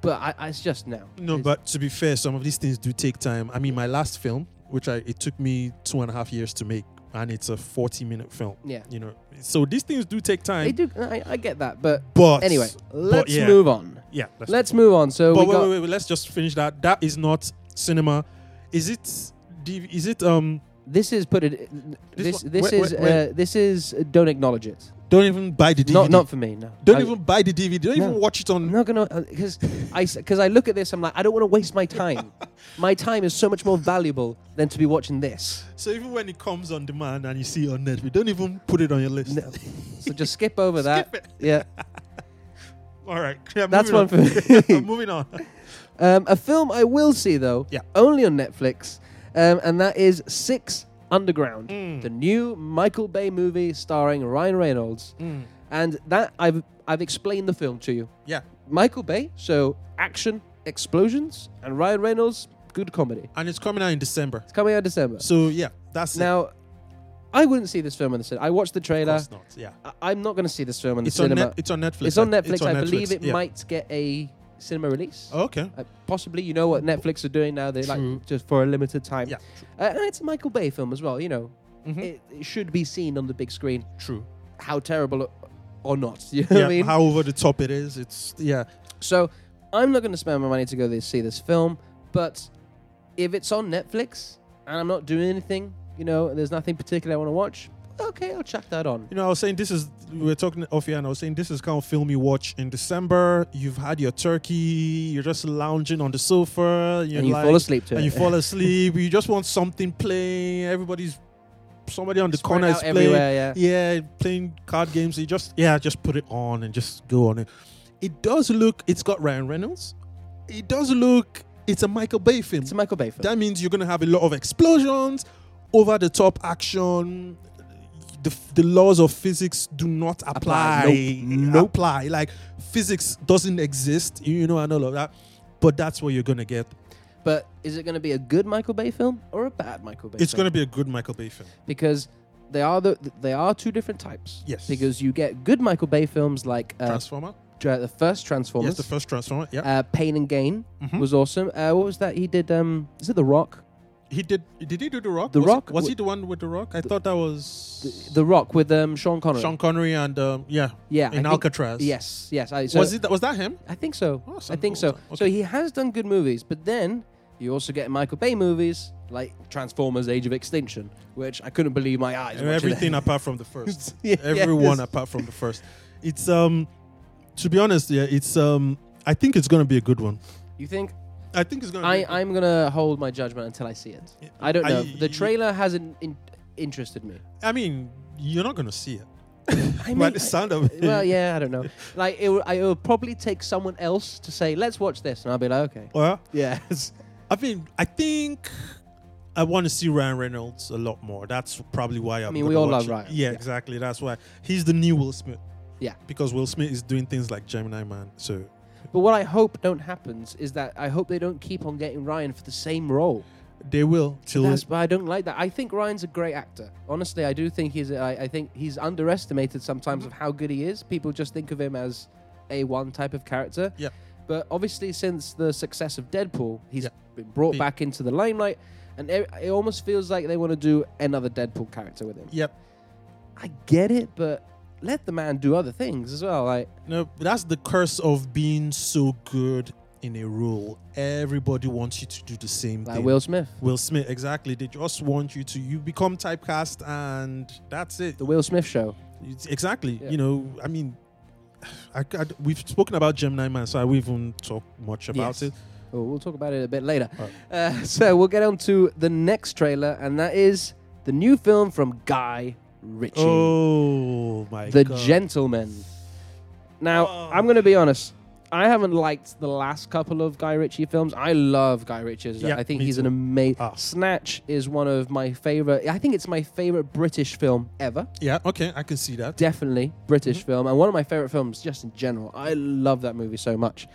Speaker 2: but I, I, it's just now.
Speaker 1: No,
Speaker 2: It's-
Speaker 1: but to be fair, some of these things do take time. I mean, my last film, which I it took me two and a half years to make, and it's a forty-minute film.
Speaker 2: Yeah.
Speaker 1: you know, so these things do take time.
Speaker 2: they do. I, I get that, but
Speaker 1: But
Speaker 2: anyway,
Speaker 1: but
Speaker 2: let's
Speaker 1: yeah.
Speaker 2: move on.
Speaker 1: Yeah, let's.
Speaker 2: Let's move on. So
Speaker 1: but
Speaker 2: we
Speaker 1: wait,
Speaker 2: got
Speaker 1: wait, wait, wait, Let's just finish that. That is not cinema. Is it? div- Is it? Um,
Speaker 2: this is put it.
Speaker 1: This
Speaker 2: This
Speaker 1: one-
Speaker 2: this
Speaker 1: wait,
Speaker 2: is
Speaker 1: wait, wait.
Speaker 2: Uh, this is uh, don't acknowledge it.
Speaker 1: don't even buy the DVD.
Speaker 2: Not not for me. No.
Speaker 1: don't
Speaker 2: I-
Speaker 1: even buy the DVD. Don't
Speaker 2: No.
Speaker 1: even watch it on.
Speaker 2: I'm not gonna because I because I look at this. I'm like, I don't want to waste my time. my time is so much more valuable than to be watching this.
Speaker 1: So even when it comes on demand and you see it on Netflix, don't even put it on your list.
Speaker 2: No. So just skip over that.
Speaker 1: Skip it.
Speaker 2: Yeah.
Speaker 1: All right, yeah,
Speaker 2: That's
Speaker 1: moving
Speaker 2: one
Speaker 1: on.
Speaker 2: for me.
Speaker 1: I'm moving on.
Speaker 2: Um, a film I will see though.
Speaker 1: Yeah.
Speaker 2: Only on Netflix, um, and that is Six Underground,
Speaker 1: Hmm.
Speaker 2: the new Michael Bay movie starring Ryan Reynolds.
Speaker 1: Hmm.
Speaker 2: And that I've I've explained the film to you.
Speaker 1: Yeah,
Speaker 2: Michael Bay, so action, explosions, and Ryan Reynolds, good comedy.
Speaker 1: and it's coming out in December.
Speaker 2: It's coming out December.
Speaker 1: So yeah, that's it.
Speaker 2: Now, I wouldn't see this film in the cinema. I watched the trailer.
Speaker 1: Of course not. Yeah,
Speaker 2: I- I'm not going to see this film in the
Speaker 1: it's on
Speaker 2: cinema.
Speaker 1: net, it's on Netflix.
Speaker 2: It's on
Speaker 1: I-
Speaker 2: Netflix. I believe
Speaker 1: Netflix,
Speaker 2: it
Speaker 1: yeah.
Speaker 2: might get a cinema release.
Speaker 1: Oh, okay.
Speaker 2: Uh, possibly, you know what Netflix are doing now? They
Speaker 1: True.
Speaker 2: like just for a limited time.
Speaker 1: Yeah, Mm-hmm.
Speaker 2: Uh, and it's a Michael Bay film as well. You know, it, it should be seen on the big screen.
Speaker 1: True.
Speaker 2: How terrible or not? You
Speaker 1: Yeah,
Speaker 2: know what I mean?
Speaker 1: how over the top it is. It's yeah.
Speaker 2: So I'm not going to spend my money to go this, see this film, but if it's on Netflix and I'm not doing anything, you know, there's nothing particular I want to watch, okay, I'll chuck that on.
Speaker 1: You know, I was saying this is we were talking off here, and I was saying this is kind of film you watch in December. You've had your turkey. You're just lounging on the sofa. You're
Speaker 2: And you
Speaker 1: like-
Speaker 2: fall asleep to
Speaker 1: and
Speaker 2: it.
Speaker 1: you fall asleep. you just want something playing. Everybody's somebody on the
Speaker 2: Spread
Speaker 1: corner is
Speaker 2: out
Speaker 1: playing.
Speaker 2: everywhere, yeah.
Speaker 1: yeah, playing card games. You just yeah, just put it on and just go on it. It does look. It's got Ryan Reynolds. It does look. It's a Michael Bay film.
Speaker 2: It's a Michael Bay film.
Speaker 1: that means you're gonna have a lot of explosions, over the top action. The, the laws of physics do not apply.
Speaker 2: Apply. Nope. Nope.
Speaker 1: Apply. Like physics doesn't exist. You know, and all of that. But that's what you're gonna get.
Speaker 2: but is it going to be a good Michael Bay film or a bad Michael Bay
Speaker 1: It's
Speaker 2: film?
Speaker 1: gonna be a good Michael Bay film.
Speaker 2: because they are the they are two different types.
Speaker 1: Yes.
Speaker 2: Because you get good Michael Bay films like uh,
Speaker 1: Transformer.
Speaker 2: Dra- the first Transformers,
Speaker 1: Yes, the first Transformer. Yeah, Mm-hmm.
Speaker 2: uh, Pain and Gain was awesome. Uh, what was that he did? Um, is it The Rock?
Speaker 1: he did. Did he do the Rock?
Speaker 2: The
Speaker 1: was
Speaker 2: Rock
Speaker 1: It, was
Speaker 2: w-
Speaker 1: he the one with the Rock? I thought that was
Speaker 2: The Rock with um, Sean Connery.
Speaker 1: Sean Connery and um, yeah,
Speaker 2: Yeah, I
Speaker 1: in
Speaker 2: think-
Speaker 1: Alcatraz.
Speaker 2: Yes, yes. I, so
Speaker 1: was it? Oh, Was that him?
Speaker 2: I think so.
Speaker 1: Awesome,
Speaker 2: I think so.
Speaker 1: awesome,
Speaker 2: So
Speaker 1: okay.
Speaker 2: he has done good movies, but then you also get Michael Bay movies like Transformers: Age of Extinction, which I couldn't believe my eyes. watching
Speaker 1: Everything
Speaker 2: that.
Speaker 1: apart from the first.
Speaker 2: Yeah,
Speaker 1: Everyone
Speaker 2: yes.
Speaker 1: apart from the first. It's um, to be honest, yeah, it's um, I think it's gonna be a good one.
Speaker 2: You think
Speaker 1: I think it's gonna. be
Speaker 2: I,
Speaker 1: a good-
Speaker 2: I'm gonna hold my judgment until I see it? I don't
Speaker 1: I-
Speaker 2: know. the trailer hasn't in, interested me.
Speaker 1: I mean, you're not gonna see it.
Speaker 2: I
Speaker 1: By the sound of it.
Speaker 2: well, yeah, I don't know. Like it, will, I- it will probably take someone else to say, "Let's watch this," and I'll be like, "Okay."
Speaker 1: Well,
Speaker 2: Yes.
Speaker 1: I mean, I think I want to see Ryan Reynolds a lot more. That's probably why I'm. I
Speaker 2: mean, we all love Ryan.
Speaker 1: Yeah,
Speaker 2: Yeah.
Speaker 1: exactly. That's why he's the new Will Smith.
Speaker 2: Yeah.
Speaker 1: Because Will Smith is doing things like Gemini Man. So
Speaker 2: But what I hope don't happens is that I hope they don't keep on getting Ryan for the same role.
Speaker 1: they will till
Speaker 2: That's why I don't like that. I think Ryan's a great actor. Honestly, I do think he's. I, I think he's underestimated sometimes of how good he is. People just think of him as a one type of character.
Speaker 1: Yeah.
Speaker 2: But obviously, since the success of Deadpool, he's
Speaker 1: Yeah.
Speaker 2: been brought
Speaker 1: He-
Speaker 2: back into the limelight, and it, it almost feels like they want to do another Deadpool character with him.
Speaker 1: Yep.
Speaker 2: I get it, but let the man do other things as well. Like,
Speaker 1: No, that's the curse of being so good in a role. Everybody wants you to do the same
Speaker 2: like
Speaker 1: thing.
Speaker 2: Will Smith,
Speaker 1: Will Smith, exactly. They just want you to you become typecast and that's it.
Speaker 2: the Will Smith show.
Speaker 1: It's- exactly.
Speaker 2: Yeah.
Speaker 1: You know, I mean, I, I- we've spoken about Gemini Man, so I won't talk much about
Speaker 2: Yes.
Speaker 1: it.
Speaker 2: Oh, Well, we'll talk about it a bit later. Uh, so we'll get on to the next trailer, and that is the new film from Guy Ritchie,
Speaker 1: Oh my
Speaker 2: The
Speaker 1: god!
Speaker 2: Gentleman. Now,
Speaker 1: Oh.
Speaker 2: I'm going to be honest. I haven't liked the last couple of Guy Ritchie films. I love Guy Ritchie.
Speaker 1: Yeah,
Speaker 2: I think
Speaker 1: me
Speaker 2: he's an
Speaker 1: too.
Speaker 2: amazing.
Speaker 1: Ah.
Speaker 2: Snatch is one of my favorite. I think it's my favorite British film ever.
Speaker 1: Yeah, okay, I can see that.
Speaker 2: Definitely British
Speaker 1: Mm-hmm.
Speaker 2: film, and one of my favorite films just in general. I love that movie so much.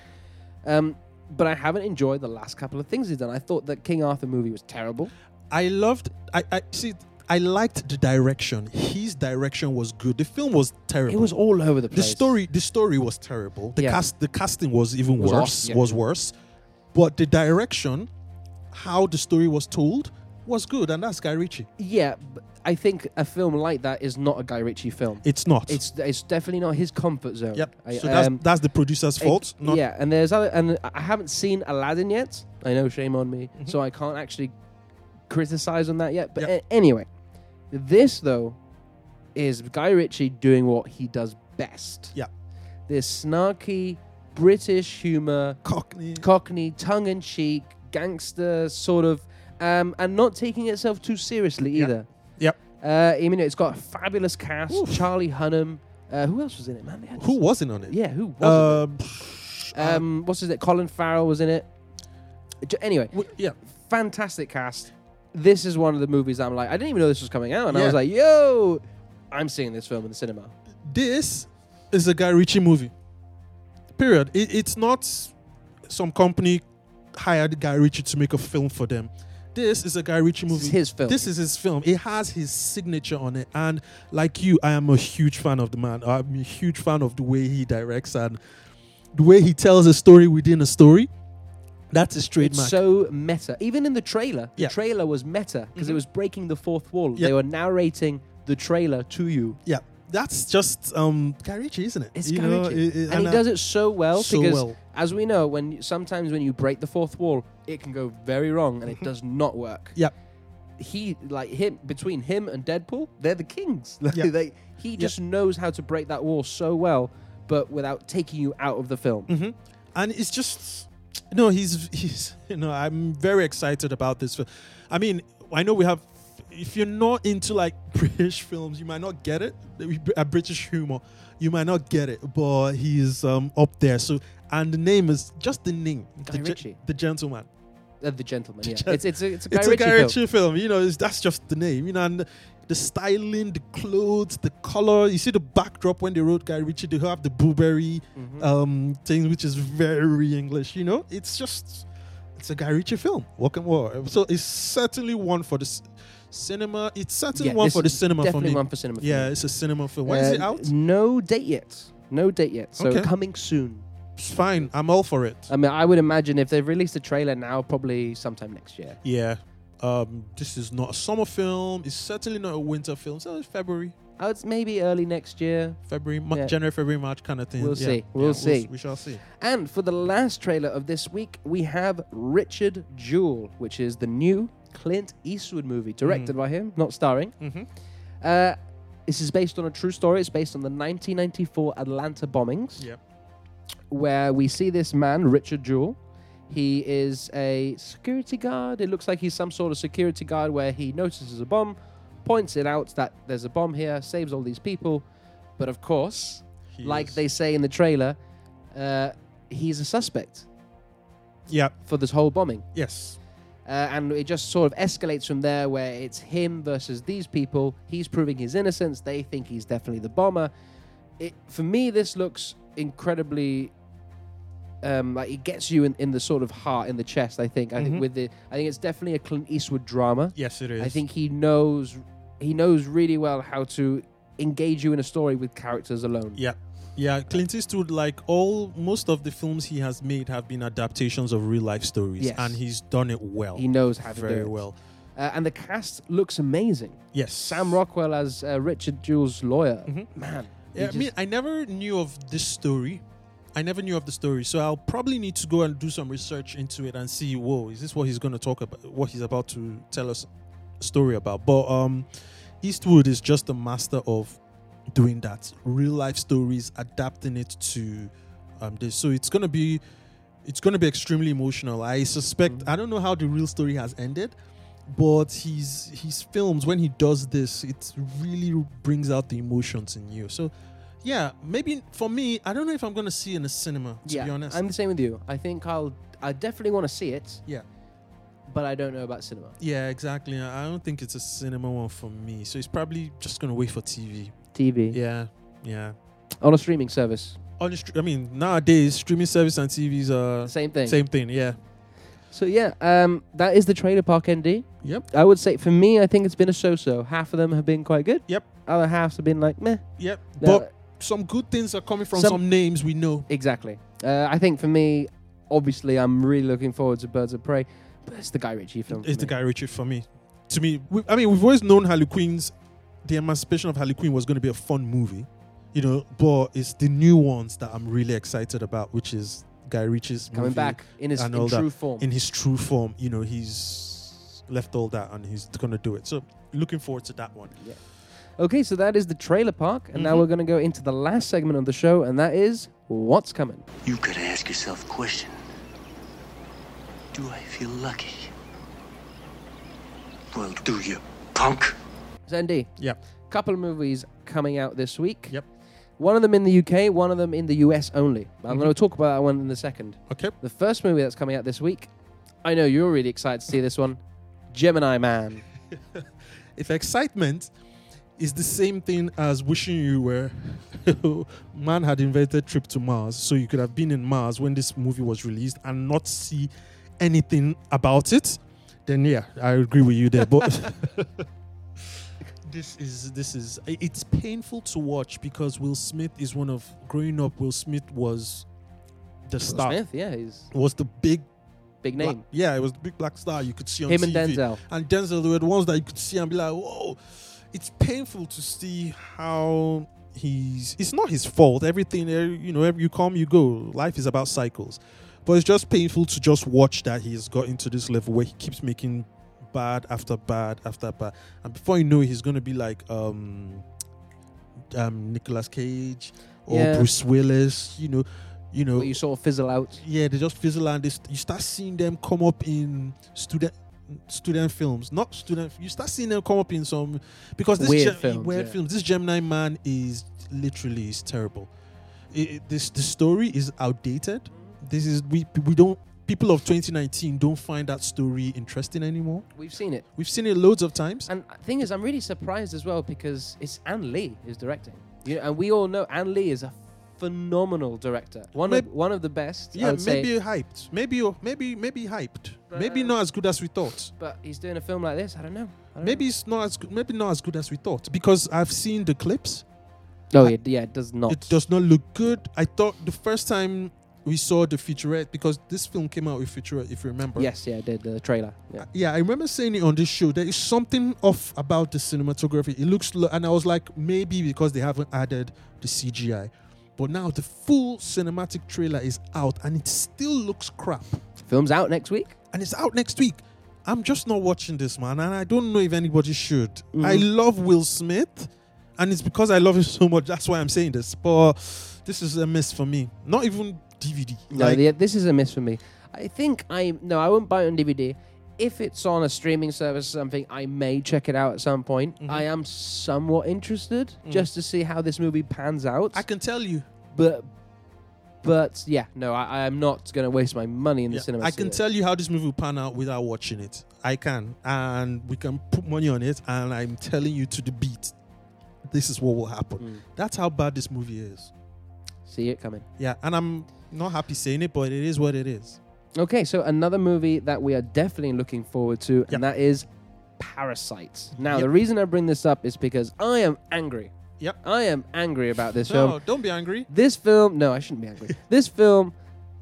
Speaker 2: Um, but I haven't enjoyed the last couple of things he's done. I thought that King Arthur movie was terrible.
Speaker 1: I loved. I, I see. I liked the direction. His direction was good. The film was terrible.
Speaker 2: It was all over the
Speaker 1: the
Speaker 2: place.
Speaker 1: story. The story was terrible. The
Speaker 2: Yeah.
Speaker 1: cast. The casting was even
Speaker 2: Was
Speaker 1: worse.
Speaker 2: awful, yeah.
Speaker 1: Was worse. But the direction, how the story was told, was good, and that's Guy Ritchie.
Speaker 2: Yeah, but I think a film like that is not a Guy Ritchie film.
Speaker 1: It's not.
Speaker 2: It's it's definitely not his comfort zone.
Speaker 1: yep.
Speaker 2: I-
Speaker 1: so that's
Speaker 2: um,
Speaker 1: that's the producer's fault.
Speaker 2: It-
Speaker 1: Not,
Speaker 2: yeah, and there's other, and I haven't seen Aladdin yet. I know, shame on me. So I can't actually criticize on that yet. But
Speaker 1: Mm-hmm. Yeah.
Speaker 2: a- anyway, this though is Guy Ritchie doing what he does best.
Speaker 1: Yeah.
Speaker 2: This snarky British humor,
Speaker 1: Cockney.
Speaker 2: Cockney, tongue in cheek, gangster sort of, um, and not taking itself too seriously either.
Speaker 1: Yep.
Speaker 2: Uh, I mean, it's got a fabulous cast.
Speaker 1: Oof.
Speaker 2: Charlie Hunnam. Uh, who else was in it, man? They had-
Speaker 1: Who wasn't on it?
Speaker 2: Yeah, who was it?
Speaker 1: Um,
Speaker 2: Um, what's his name? Colin Farrell was in it. J- Anyway,
Speaker 1: w- yeah.
Speaker 2: fantastic cast. This is one of the movies I'm like, I didn't even know this was coming out, and I
Speaker 1: Yeah.
Speaker 2: was like, yo, I'm seeing this film in the cinema.
Speaker 1: this is a Guy Ritchie movie. Period. It, it's not some company hired Guy Ritchie to make a film for them. This is a Guy Ritchie movie.
Speaker 2: This is his film.
Speaker 1: This is his film. It has his signature on it. And like you, I am a huge fan of the man. I'm a huge fan of the way he directs and the way he tells a story within a story. That's his
Speaker 2: It's
Speaker 1: trademark.
Speaker 2: so meta. Even in the trailer, the
Speaker 1: Yeah. Mm-hmm.
Speaker 2: trailer was meta because it was breaking the fourth wall.
Speaker 1: Yeah.
Speaker 2: They were narrating the trailer to you.
Speaker 1: yeah. That's just um, Guy Ritchie, isn't it?
Speaker 2: It's
Speaker 1: You
Speaker 2: Guy
Speaker 1: know,
Speaker 2: Ritchie.
Speaker 1: it- uh, it-
Speaker 2: and he
Speaker 1: I-
Speaker 2: does it so well
Speaker 1: So
Speaker 2: because,
Speaker 1: well.
Speaker 2: as we know, when sometimes when you break the fourth wall, it can go very wrong and it does not work.
Speaker 1: Mm-hmm. Yeah.
Speaker 2: he like him between him and Deadpool, they're the kings. Like,
Speaker 1: Yeah.
Speaker 2: they, he just knows how to break that wall so well, but without taking you out of the film.
Speaker 1: Mm. Mm-hmm. and it's just no he's he's you know i'm very excited about this film i mean i know we have if you're not into like british films you might not get it a british humor you might not get it but he's um up there so and the name is just the name
Speaker 2: Guy
Speaker 1: the, Gen-
Speaker 2: Ritchie.
Speaker 1: the gentleman
Speaker 2: Uh, the gentleman, yeah,
Speaker 1: Gen-
Speaker 2: it's it's a, it's a Guy
Speaker 1: it's
Speaker 2: Ritchie
Speaker 1: a Guy
Speaker 2: film.
Speaker 1: Ritchie film. You know, it's, that's just the name. You know, and the styling, the clothes, the color. You see the backdrop when they wrote Guy Ritchie. They have the blueberry
Speaker 2: Mm-hmm.
Speaker 1: um, thing, which is very English. You know, it's just it's a Guy Ritchie film. Welcome war. So it's certainly one for the c- cinema. It's certainly
Speaker 2: Yeah,
Speaker 1: one
Speaker 2: this
Speaker 1: for the
Speaker 2: is
Speaker 1: cinema.
Speaker 2: definitely
Speaker 1: for me.
Speaker 2: one for cinema. for
Speaker 1: Yeah,
Speaker 2: me.
Speaker 1: it's a cinema film. When is it
Speaker 2: Uh,
Speaker 1: out?
Speaker 2: No date yet. No date yet. So
Speaker 1: Okay.
Speaker 2: coming soon.
Speaker 1: It's fine. I'm all for it.
Speaker 2: I mean, I would imagine if they released a trailer now, probably sometime next year.
Speaker 1: yeah. Um, this is not a summer film. It's certainly not a winter film. So it's February.
Speaker 2: Oh, it's maybe early next year.
Speaker 1: February, Ma-
Speaker 2: Yeah.
Speaker 1: January, February, March kind of thing.
Speaker 2: We'll
Speaker 1: Yeah.
Speaker 2: see.
Speaker 1: Yeah,
Speaker 2: We'll see.
Speaker 1: s- we shall see.
Speaker 2: And for the last trailer of this week, we have Richard Jewell, which is the new Clint Eastwood movie, directed
Speaker 1: Mm.
Speaker 2: by him, not starring.
Speaker 1: Mm-hmm.
Speaker 2: Uh, this is based on a true story. It's based on the 1994 Atlanta bombings,
Speaker 1: Yeah.
Speaker 2: where we see this man, Richard Jewell. He is a security guard. It looks like he's some sort of security guard where he notices a bomb, points it out that there's a bomb here, saves all these people. But of course,
Speaker 1: He
Speaker 2: like
Speaker 1: is-
Speaker 2: they say in the trailer, uh, he's a suspect
Speaker 1: Yeah.
Speaker 2: for this whole bombing.
Speaker 1: Yes.
Speaker 2: Uh, and it just sort of escalates from there where it's him versus these people. He's proving his innocence. They think he's definitely the bomber. It, for me, this looks incredibly. Um, like it gets you in, in the sort of heart, in the chest. I think. I think with the, I think it's definitely a Clint Eastwood drama.
Speaker 1: Mm-hmm. Yes, it is.
Speaker 2: I think he knows, he knows really well how to engage you in a story with characters alone.
Speaker 1: Yeah. Yeah. Clint Eastwood, like all most of the films he has made, have been adaptations of real life stories,
Speaker 2: Yes.
Speaker 1: and he's done it well.
Speaker 2: He knows how to do
Speaker 1: very
Speaker 2: it.
Speaker 1: well.
Speaker 2: Uh, and the cast looks amazing.
Speaker 1: Yes.
Speaker 2: Sam Rockwell as uh, Richard Jewell's lawyer.
Speaker 1: Mm-hmm.
Speaker 2: Man. he
Speaker 1: Yeah,
Speaker 2: just-
Speaker 1: I mean, I never knew of this story. I never knew of the story, so I'll probably need to go and do some research into it and see. Whoa, is this what he's going to talk about? What he's about to tell us a story about? But um, Eastwood is just a master of doing that. Real life stories, adapting it to um, this. So it's going to be, it's going to be extremely emotional. I suspect.
Speaker 2: Mm-hmm.
Speaker 1: I don't know how the real story has ended, but his his films when he does this, it really brings out the emotions in you. So yeah, maybe for me, I don't know if I'm gonna see it in the cinema. To
Speaker 2: yeah,
Speaker 1: be honest,
Speaker 2: I'm the same with you. I think I'll. I definitely want to see it,
Speaker 1: yeah,
Speaker 2: but I don't know about cinema.
Speaker 1: yeah, exactly. I I don't think it's a cinema one for me, so it's probably just gonna wait for TV.
Speaker 2: TV
Speaker 1: Yeah, yeah.
Speaker 2: on a streaming service,
Speaker 1: On the str- I mean, nowadays streaming service and TVs are
Speaker 2: same thing.
Speaker 1: same thing. Yeah.
Speaker 2: So yeah, um, that is the Trailer Park ND.
Speaker 1: Yep.
Speaker 2: I would say for me, I think it's been a so-so. Half of them have been quite good.
Speaker 1: Yep.
Speaker 2: Other halves have been like meh.
Speaker 1: Yep.
Speaker 2: No,
Speaker 1: but some good things are coming from
Speaker 2: Some-
Speaker 1: some, names we know.
Speaker 2: Exactly. Uh, I think for me, obviously, I'm really looking forward to Birds of Prey, but it's the Guy Ritchie film. for
Speaker 1: It's the
Speaker 2: me.
Speaker 1: Guy Ritchie for me. To me, we, I mean, we've always known Harley Quinn's. The Emancipation of Harley Quinn was going to be a fun movie, you know. But it's the new ones that I'm really excited about, which is Guy Ritchie's
Speaker 2: coming
Speaker 1: movie
Speaker 2: back in his in
Speaker 1: and all
Speaker 2: true
Speaker 1: that.
Speaker 2: form.
Speaker 1: in his true form. You know, he's left all that and he's going to do it. So looking forward to that one.
Speaker 2: okay, so that is the Trailer Park, and now
Speaker 1: Mhm.
Speaker 2: we're going to go into the last segment of the show, and that is what's coming.
Speaker 6: You gotta ask yourself the question Do I feel lucky? Well, do you, punk?
Speaker 2: Zendi,
Speaker 1: Yeah.
Speaker 2: couple of movies coming out this week.
Speaker 1: Yep.
Speaker 2: One of them in the UK, one of them in the US only. I'm
Speaker 1: Mm-hmm.
Speaker 2: going to talk about that one in a second.
Speaker 1: Okay.
Speaker 2: The first movie that's coming out this week, I know you're really excited to see this one, Gemini Man.
Speaker 1: if excitement is the same thing as wishing you were man had invented trip to mars so you could have been in mars when this movie was released and not see anything about it then yeah i agree with you there but this is this is i- it's painful to watch because will smith is one of growing up will smith was the star
Speaker 2: Smith, yeah, he's
Speaker 1: was the big
Speaker 2: big
Speaker 1: black-
Speaker 2: name.
Speaker 1: yeah it was the big black star you could see on
Speaker 2: Him and
Speaker 1: TV
Speaker 2: Denzel.
Speaker 1: and Denzel were the ones that you could see and be like, whoa, it's painful to see how he's. It's not his fault. Everything, eh, you know, you come, you go. Life is about cycles. But it's just painful to just watch that he's got into this level where he keeps making bad after bad after bad. And before you know it, he's going to be like um, um, Nicolas Cage or
Speaker 2: Yeah.
Speaker 1: Bruce Willis, you know. You know,
Speaker 2: But you sort of fizzle out.
Speaker 1: yeah, they just fizzle and they st- you start seeing them come up in student student films, not student. You start seeing them come up in some because this
Speaker 2: Weird
Speaker 1: Gem-
Speaker 2: films,
Speaker 1: weird
Speaker 2: yeah.
Speaker 1: films. This Gemini Man is literally is terrible. It, it- this the story is outdated. This is we we don't people of 2019 don't find that story interesting anymore.
Speaker 2: We've seen it.
Speaker 1: We've seen it loads of times.
Speaker 2: And the thing is, I'm really surprised as well because it's Anne Lee who's directing. You know, and we all know Anne Lee is a phenomenal director. One
Speaker 1: Mayb-
Speaker 2: of one of the best. I
Speaker 1: Yeah,
Speaker 2: would say.
Speaker 1: maybe hyped. Maybe maybe maybe hyped. Maybe not as good as we thought.
Speaker 2: But he's doing a film like this. I don't know. I don't
Speaker 1: Maybe it's not as good. Maybe not as good as we thought because I've seen the clips.
Speaker 2: Know. No, it, yeah, it does not.
Speaker 1: It does not look good. I thought the first time we saw the featurette because this film came out with featurette, if you remember.
Speaker 2: Yes, yeah, it did the trailer. Yeah.
Speaker 1: Yeah, I remember saying it on this show. There is something off about the cinematography. It looks, lo- and I was like, maybe because they haven't added the CGI. But now the full cinematic trailer is out, and it still looks crap.
Speaker 2: Film's out next week.
Speaker 1: And it's out next week. I'm just not watching this, man, and I don't know if anybody should.
Speaker 2: Mm.
Speaker 1: I love Will Smith, and it's because I love him so much. That's why I'm saying this. But this is a miss for me. Not even DVD.
Speaker 2: No,
Speaker 1: Like,
Speaker 2: Uh, the, this is a miss for me. I think I no, I won't buy it on DVD. If it's on a streaming service or something, I may check it out at some point.
Speaker 1: Mm-hmm.
Speaker 2: I am somewhat interested just to see how this movie pans out.
Speaker 1: Mm. I can tell you.
Speaker 2: but but yeah, no, I, I am not going to waste my money in the
Speaker 1: Yeah,
Speaker 2: cinema.
Speaker 1: I
Speaker 2: to
Speaker 1: can
Speaker 2: see
Speaker 1: tell you how this movie will pan out without watching it. I can, and we can put money on it. And I'm telling you to the beat, this is what will happen.
Speaker 2: Mm.
Speaker 1: That's how bad this movie is.
Speaker 2: it. see it coming.
Speaker 1: Yeah, and I'm not happy saying it, but it is what it is.
Speaker 2: Okay, so another movie that we are definitely looking forward to,
Speaker 1: Yep.
Speaker 2: and that is Parasite. Now,
Speaker 1: Yep.
Speaker 2: the reason I bring this up is because I am angry.
Speaker 1: Yep.
Speaker 2: I am angry about this film.
Speaker 1: No, don't be angry.
Speaker 2: This film, no, I shouldn't be angry. this film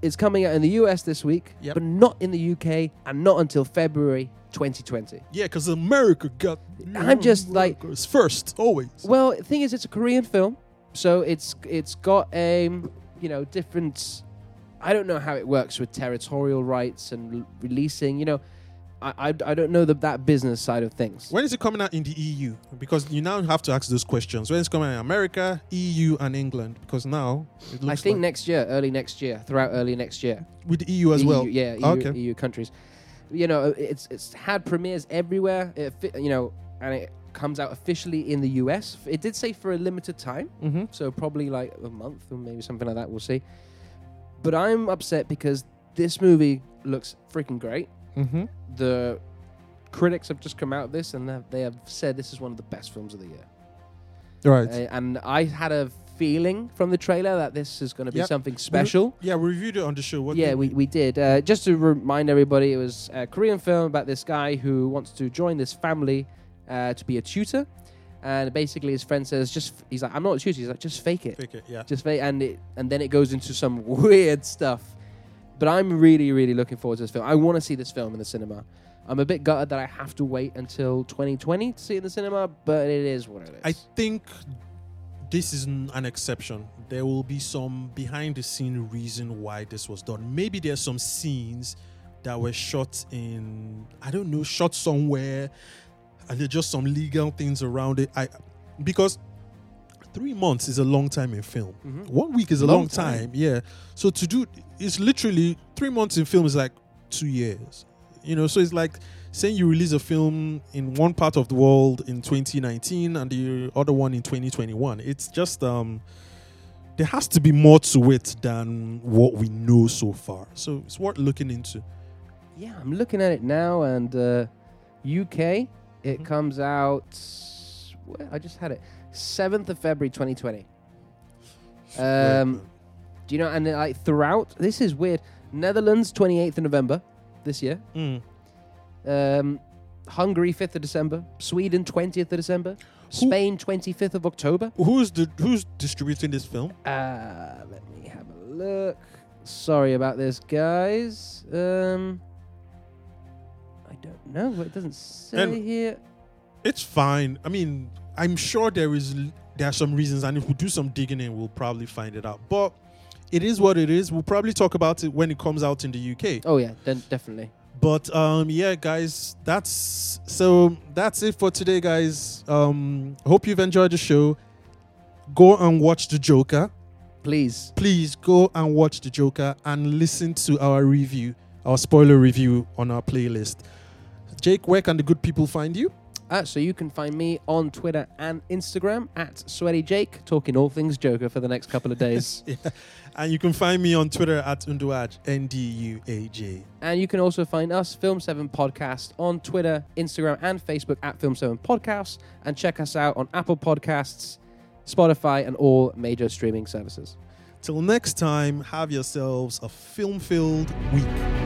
Speaker 2: is coming out in the US this week,
Speaker 1: Yep.
Speaker 2: but not in the UK and not until February 2020.
Speaker 1: Yeah, because America got.
Speaker 2: I'm just like-
Speaker 1: America's first always.
Speaker 2: Well, the thing is, it's a Korean film, so it's it's got a you know different. I don't know how it works with territorial rights and l- releasing. You know, I I, I don't know the, that business side of things.
Speaker 1: When is it coming out in the EU? Because you now have to ask those questions. When is it coming out in America, EU, and England? Because now it looks
Speaker 2: I think
Speaker 1: like-
Speaker 2: next year, early next year, throughout early next year.
Speaker 1: with the EU as
Speaker 2: EU,
Speaker 1: well.
Speaker 2: Yeah, E EU,
Speaker 1: okay.
Speaker 2: EU countries. You know, it's it's had premieres everywhere. It, fi- you know, and it comes out officially in the US. It did say for a limited time, mm-hmm. so probably like a month or maybe something like that. We'll see. But I'm upset because this movie looks freaking great.
Speaker 1: Mhm.
Speaker 2: mm-hmm. The critics have just come out of this and they- they have said this is one of the best films of the year.
Speaker 1: Right.
Speaker 2: Uh, and I had a feeling from the trailer that this is going to be
Speaker 1: Yep.
Speaker 2: something special.
Speaker 1: yeah, we reviewed it on the show. What
Speaker 2: Yeah,
Speaker 1: did-
Speaker 2: we, we did. Uh, just to remind everybody, it was a Korean film about this guy who wants to join this family uh, to be a tutor. And basically, his friend says, "Just he's like, I'm not a tutor. He's like, just fake it,
Speaker 1: Pick it, yeah.
Speaker 2: just fake." And it and then it goes into some weird stuff. But I'm really, really looking forward to this film. I want to see this film in the cinema. I'm a bit gutted that I have to wait until 2020 to see it in the cinema, but it is what it is.
Speaker 1: I think this is n- an exception. There will be some behind the scene reason why this was done. Maybe there's some scenes that were shot in I don't know, shot somewhere and there's just some legal things around it. I because 3 months is a long time in film. 1 week is a long,
Speaker 2: Mm-hmm. Long
Speaker 1: time.
Speaker 2: time.
Speaker 1: Yeah. So to do it's literally 3 months in film is like 2 years. You know, so it's like saying you release a film in one part of the world in 2019 and the other one in 2021 it's just um there has to be more to it than what we know so far so it's worth looking into
Speaker 2: Yeah, I'm looking at it now, and uh, UK, it comes out. Where, I just had it. 7th of February 2020. Um, do you know? And uh, like throughout, this is weird. Netherlands 28th of November this year.
Speaker 1: Mm.
Speaker 2: Um, Hungary 5th of December. Sweden 20th of December. Spain 25th of October.
Speaker 1: who's the who's distributing this film
Speaker 2: Uh, let me have a look. Sorry about this, guys. Um, I don't know. It doesn't say
Speaker 1: And-
Speaker 2: here.
Speaker 1: it's fine i mean i'm sure there is l- there are some reasons and if we do some digging in we'll probably find it out but it is what it is we'll probably talk about it when it comes out in the uk
Speaker 2: Oh yeah, then definitely.
Speaker 1: but um yeah guys that's so that's it for today guys um hope you've enjoyed the show go and watch the joker
Speaker 2: Please.
Speaker 1: please go and watch the joker and listen to our review our spoiler review on our playlist jake where can the good people find you
Speaker 2: Uh, so you can find me on Twitter and Instagram at Sweaty Jake, talking all things Joker for the next couple of days.
Speaker 1: and you can find me on twitter at unduaj n-d-u-a-j
Speaker 2: and you can also find us, Film Seven Podcast, on Twitter, Instagram, and Facebook at Film Seven Podcasts, and check us out on Apple Podcasts, Spotify, and all major streaming services.
Speaker 1: till next time have yourselves a film filled week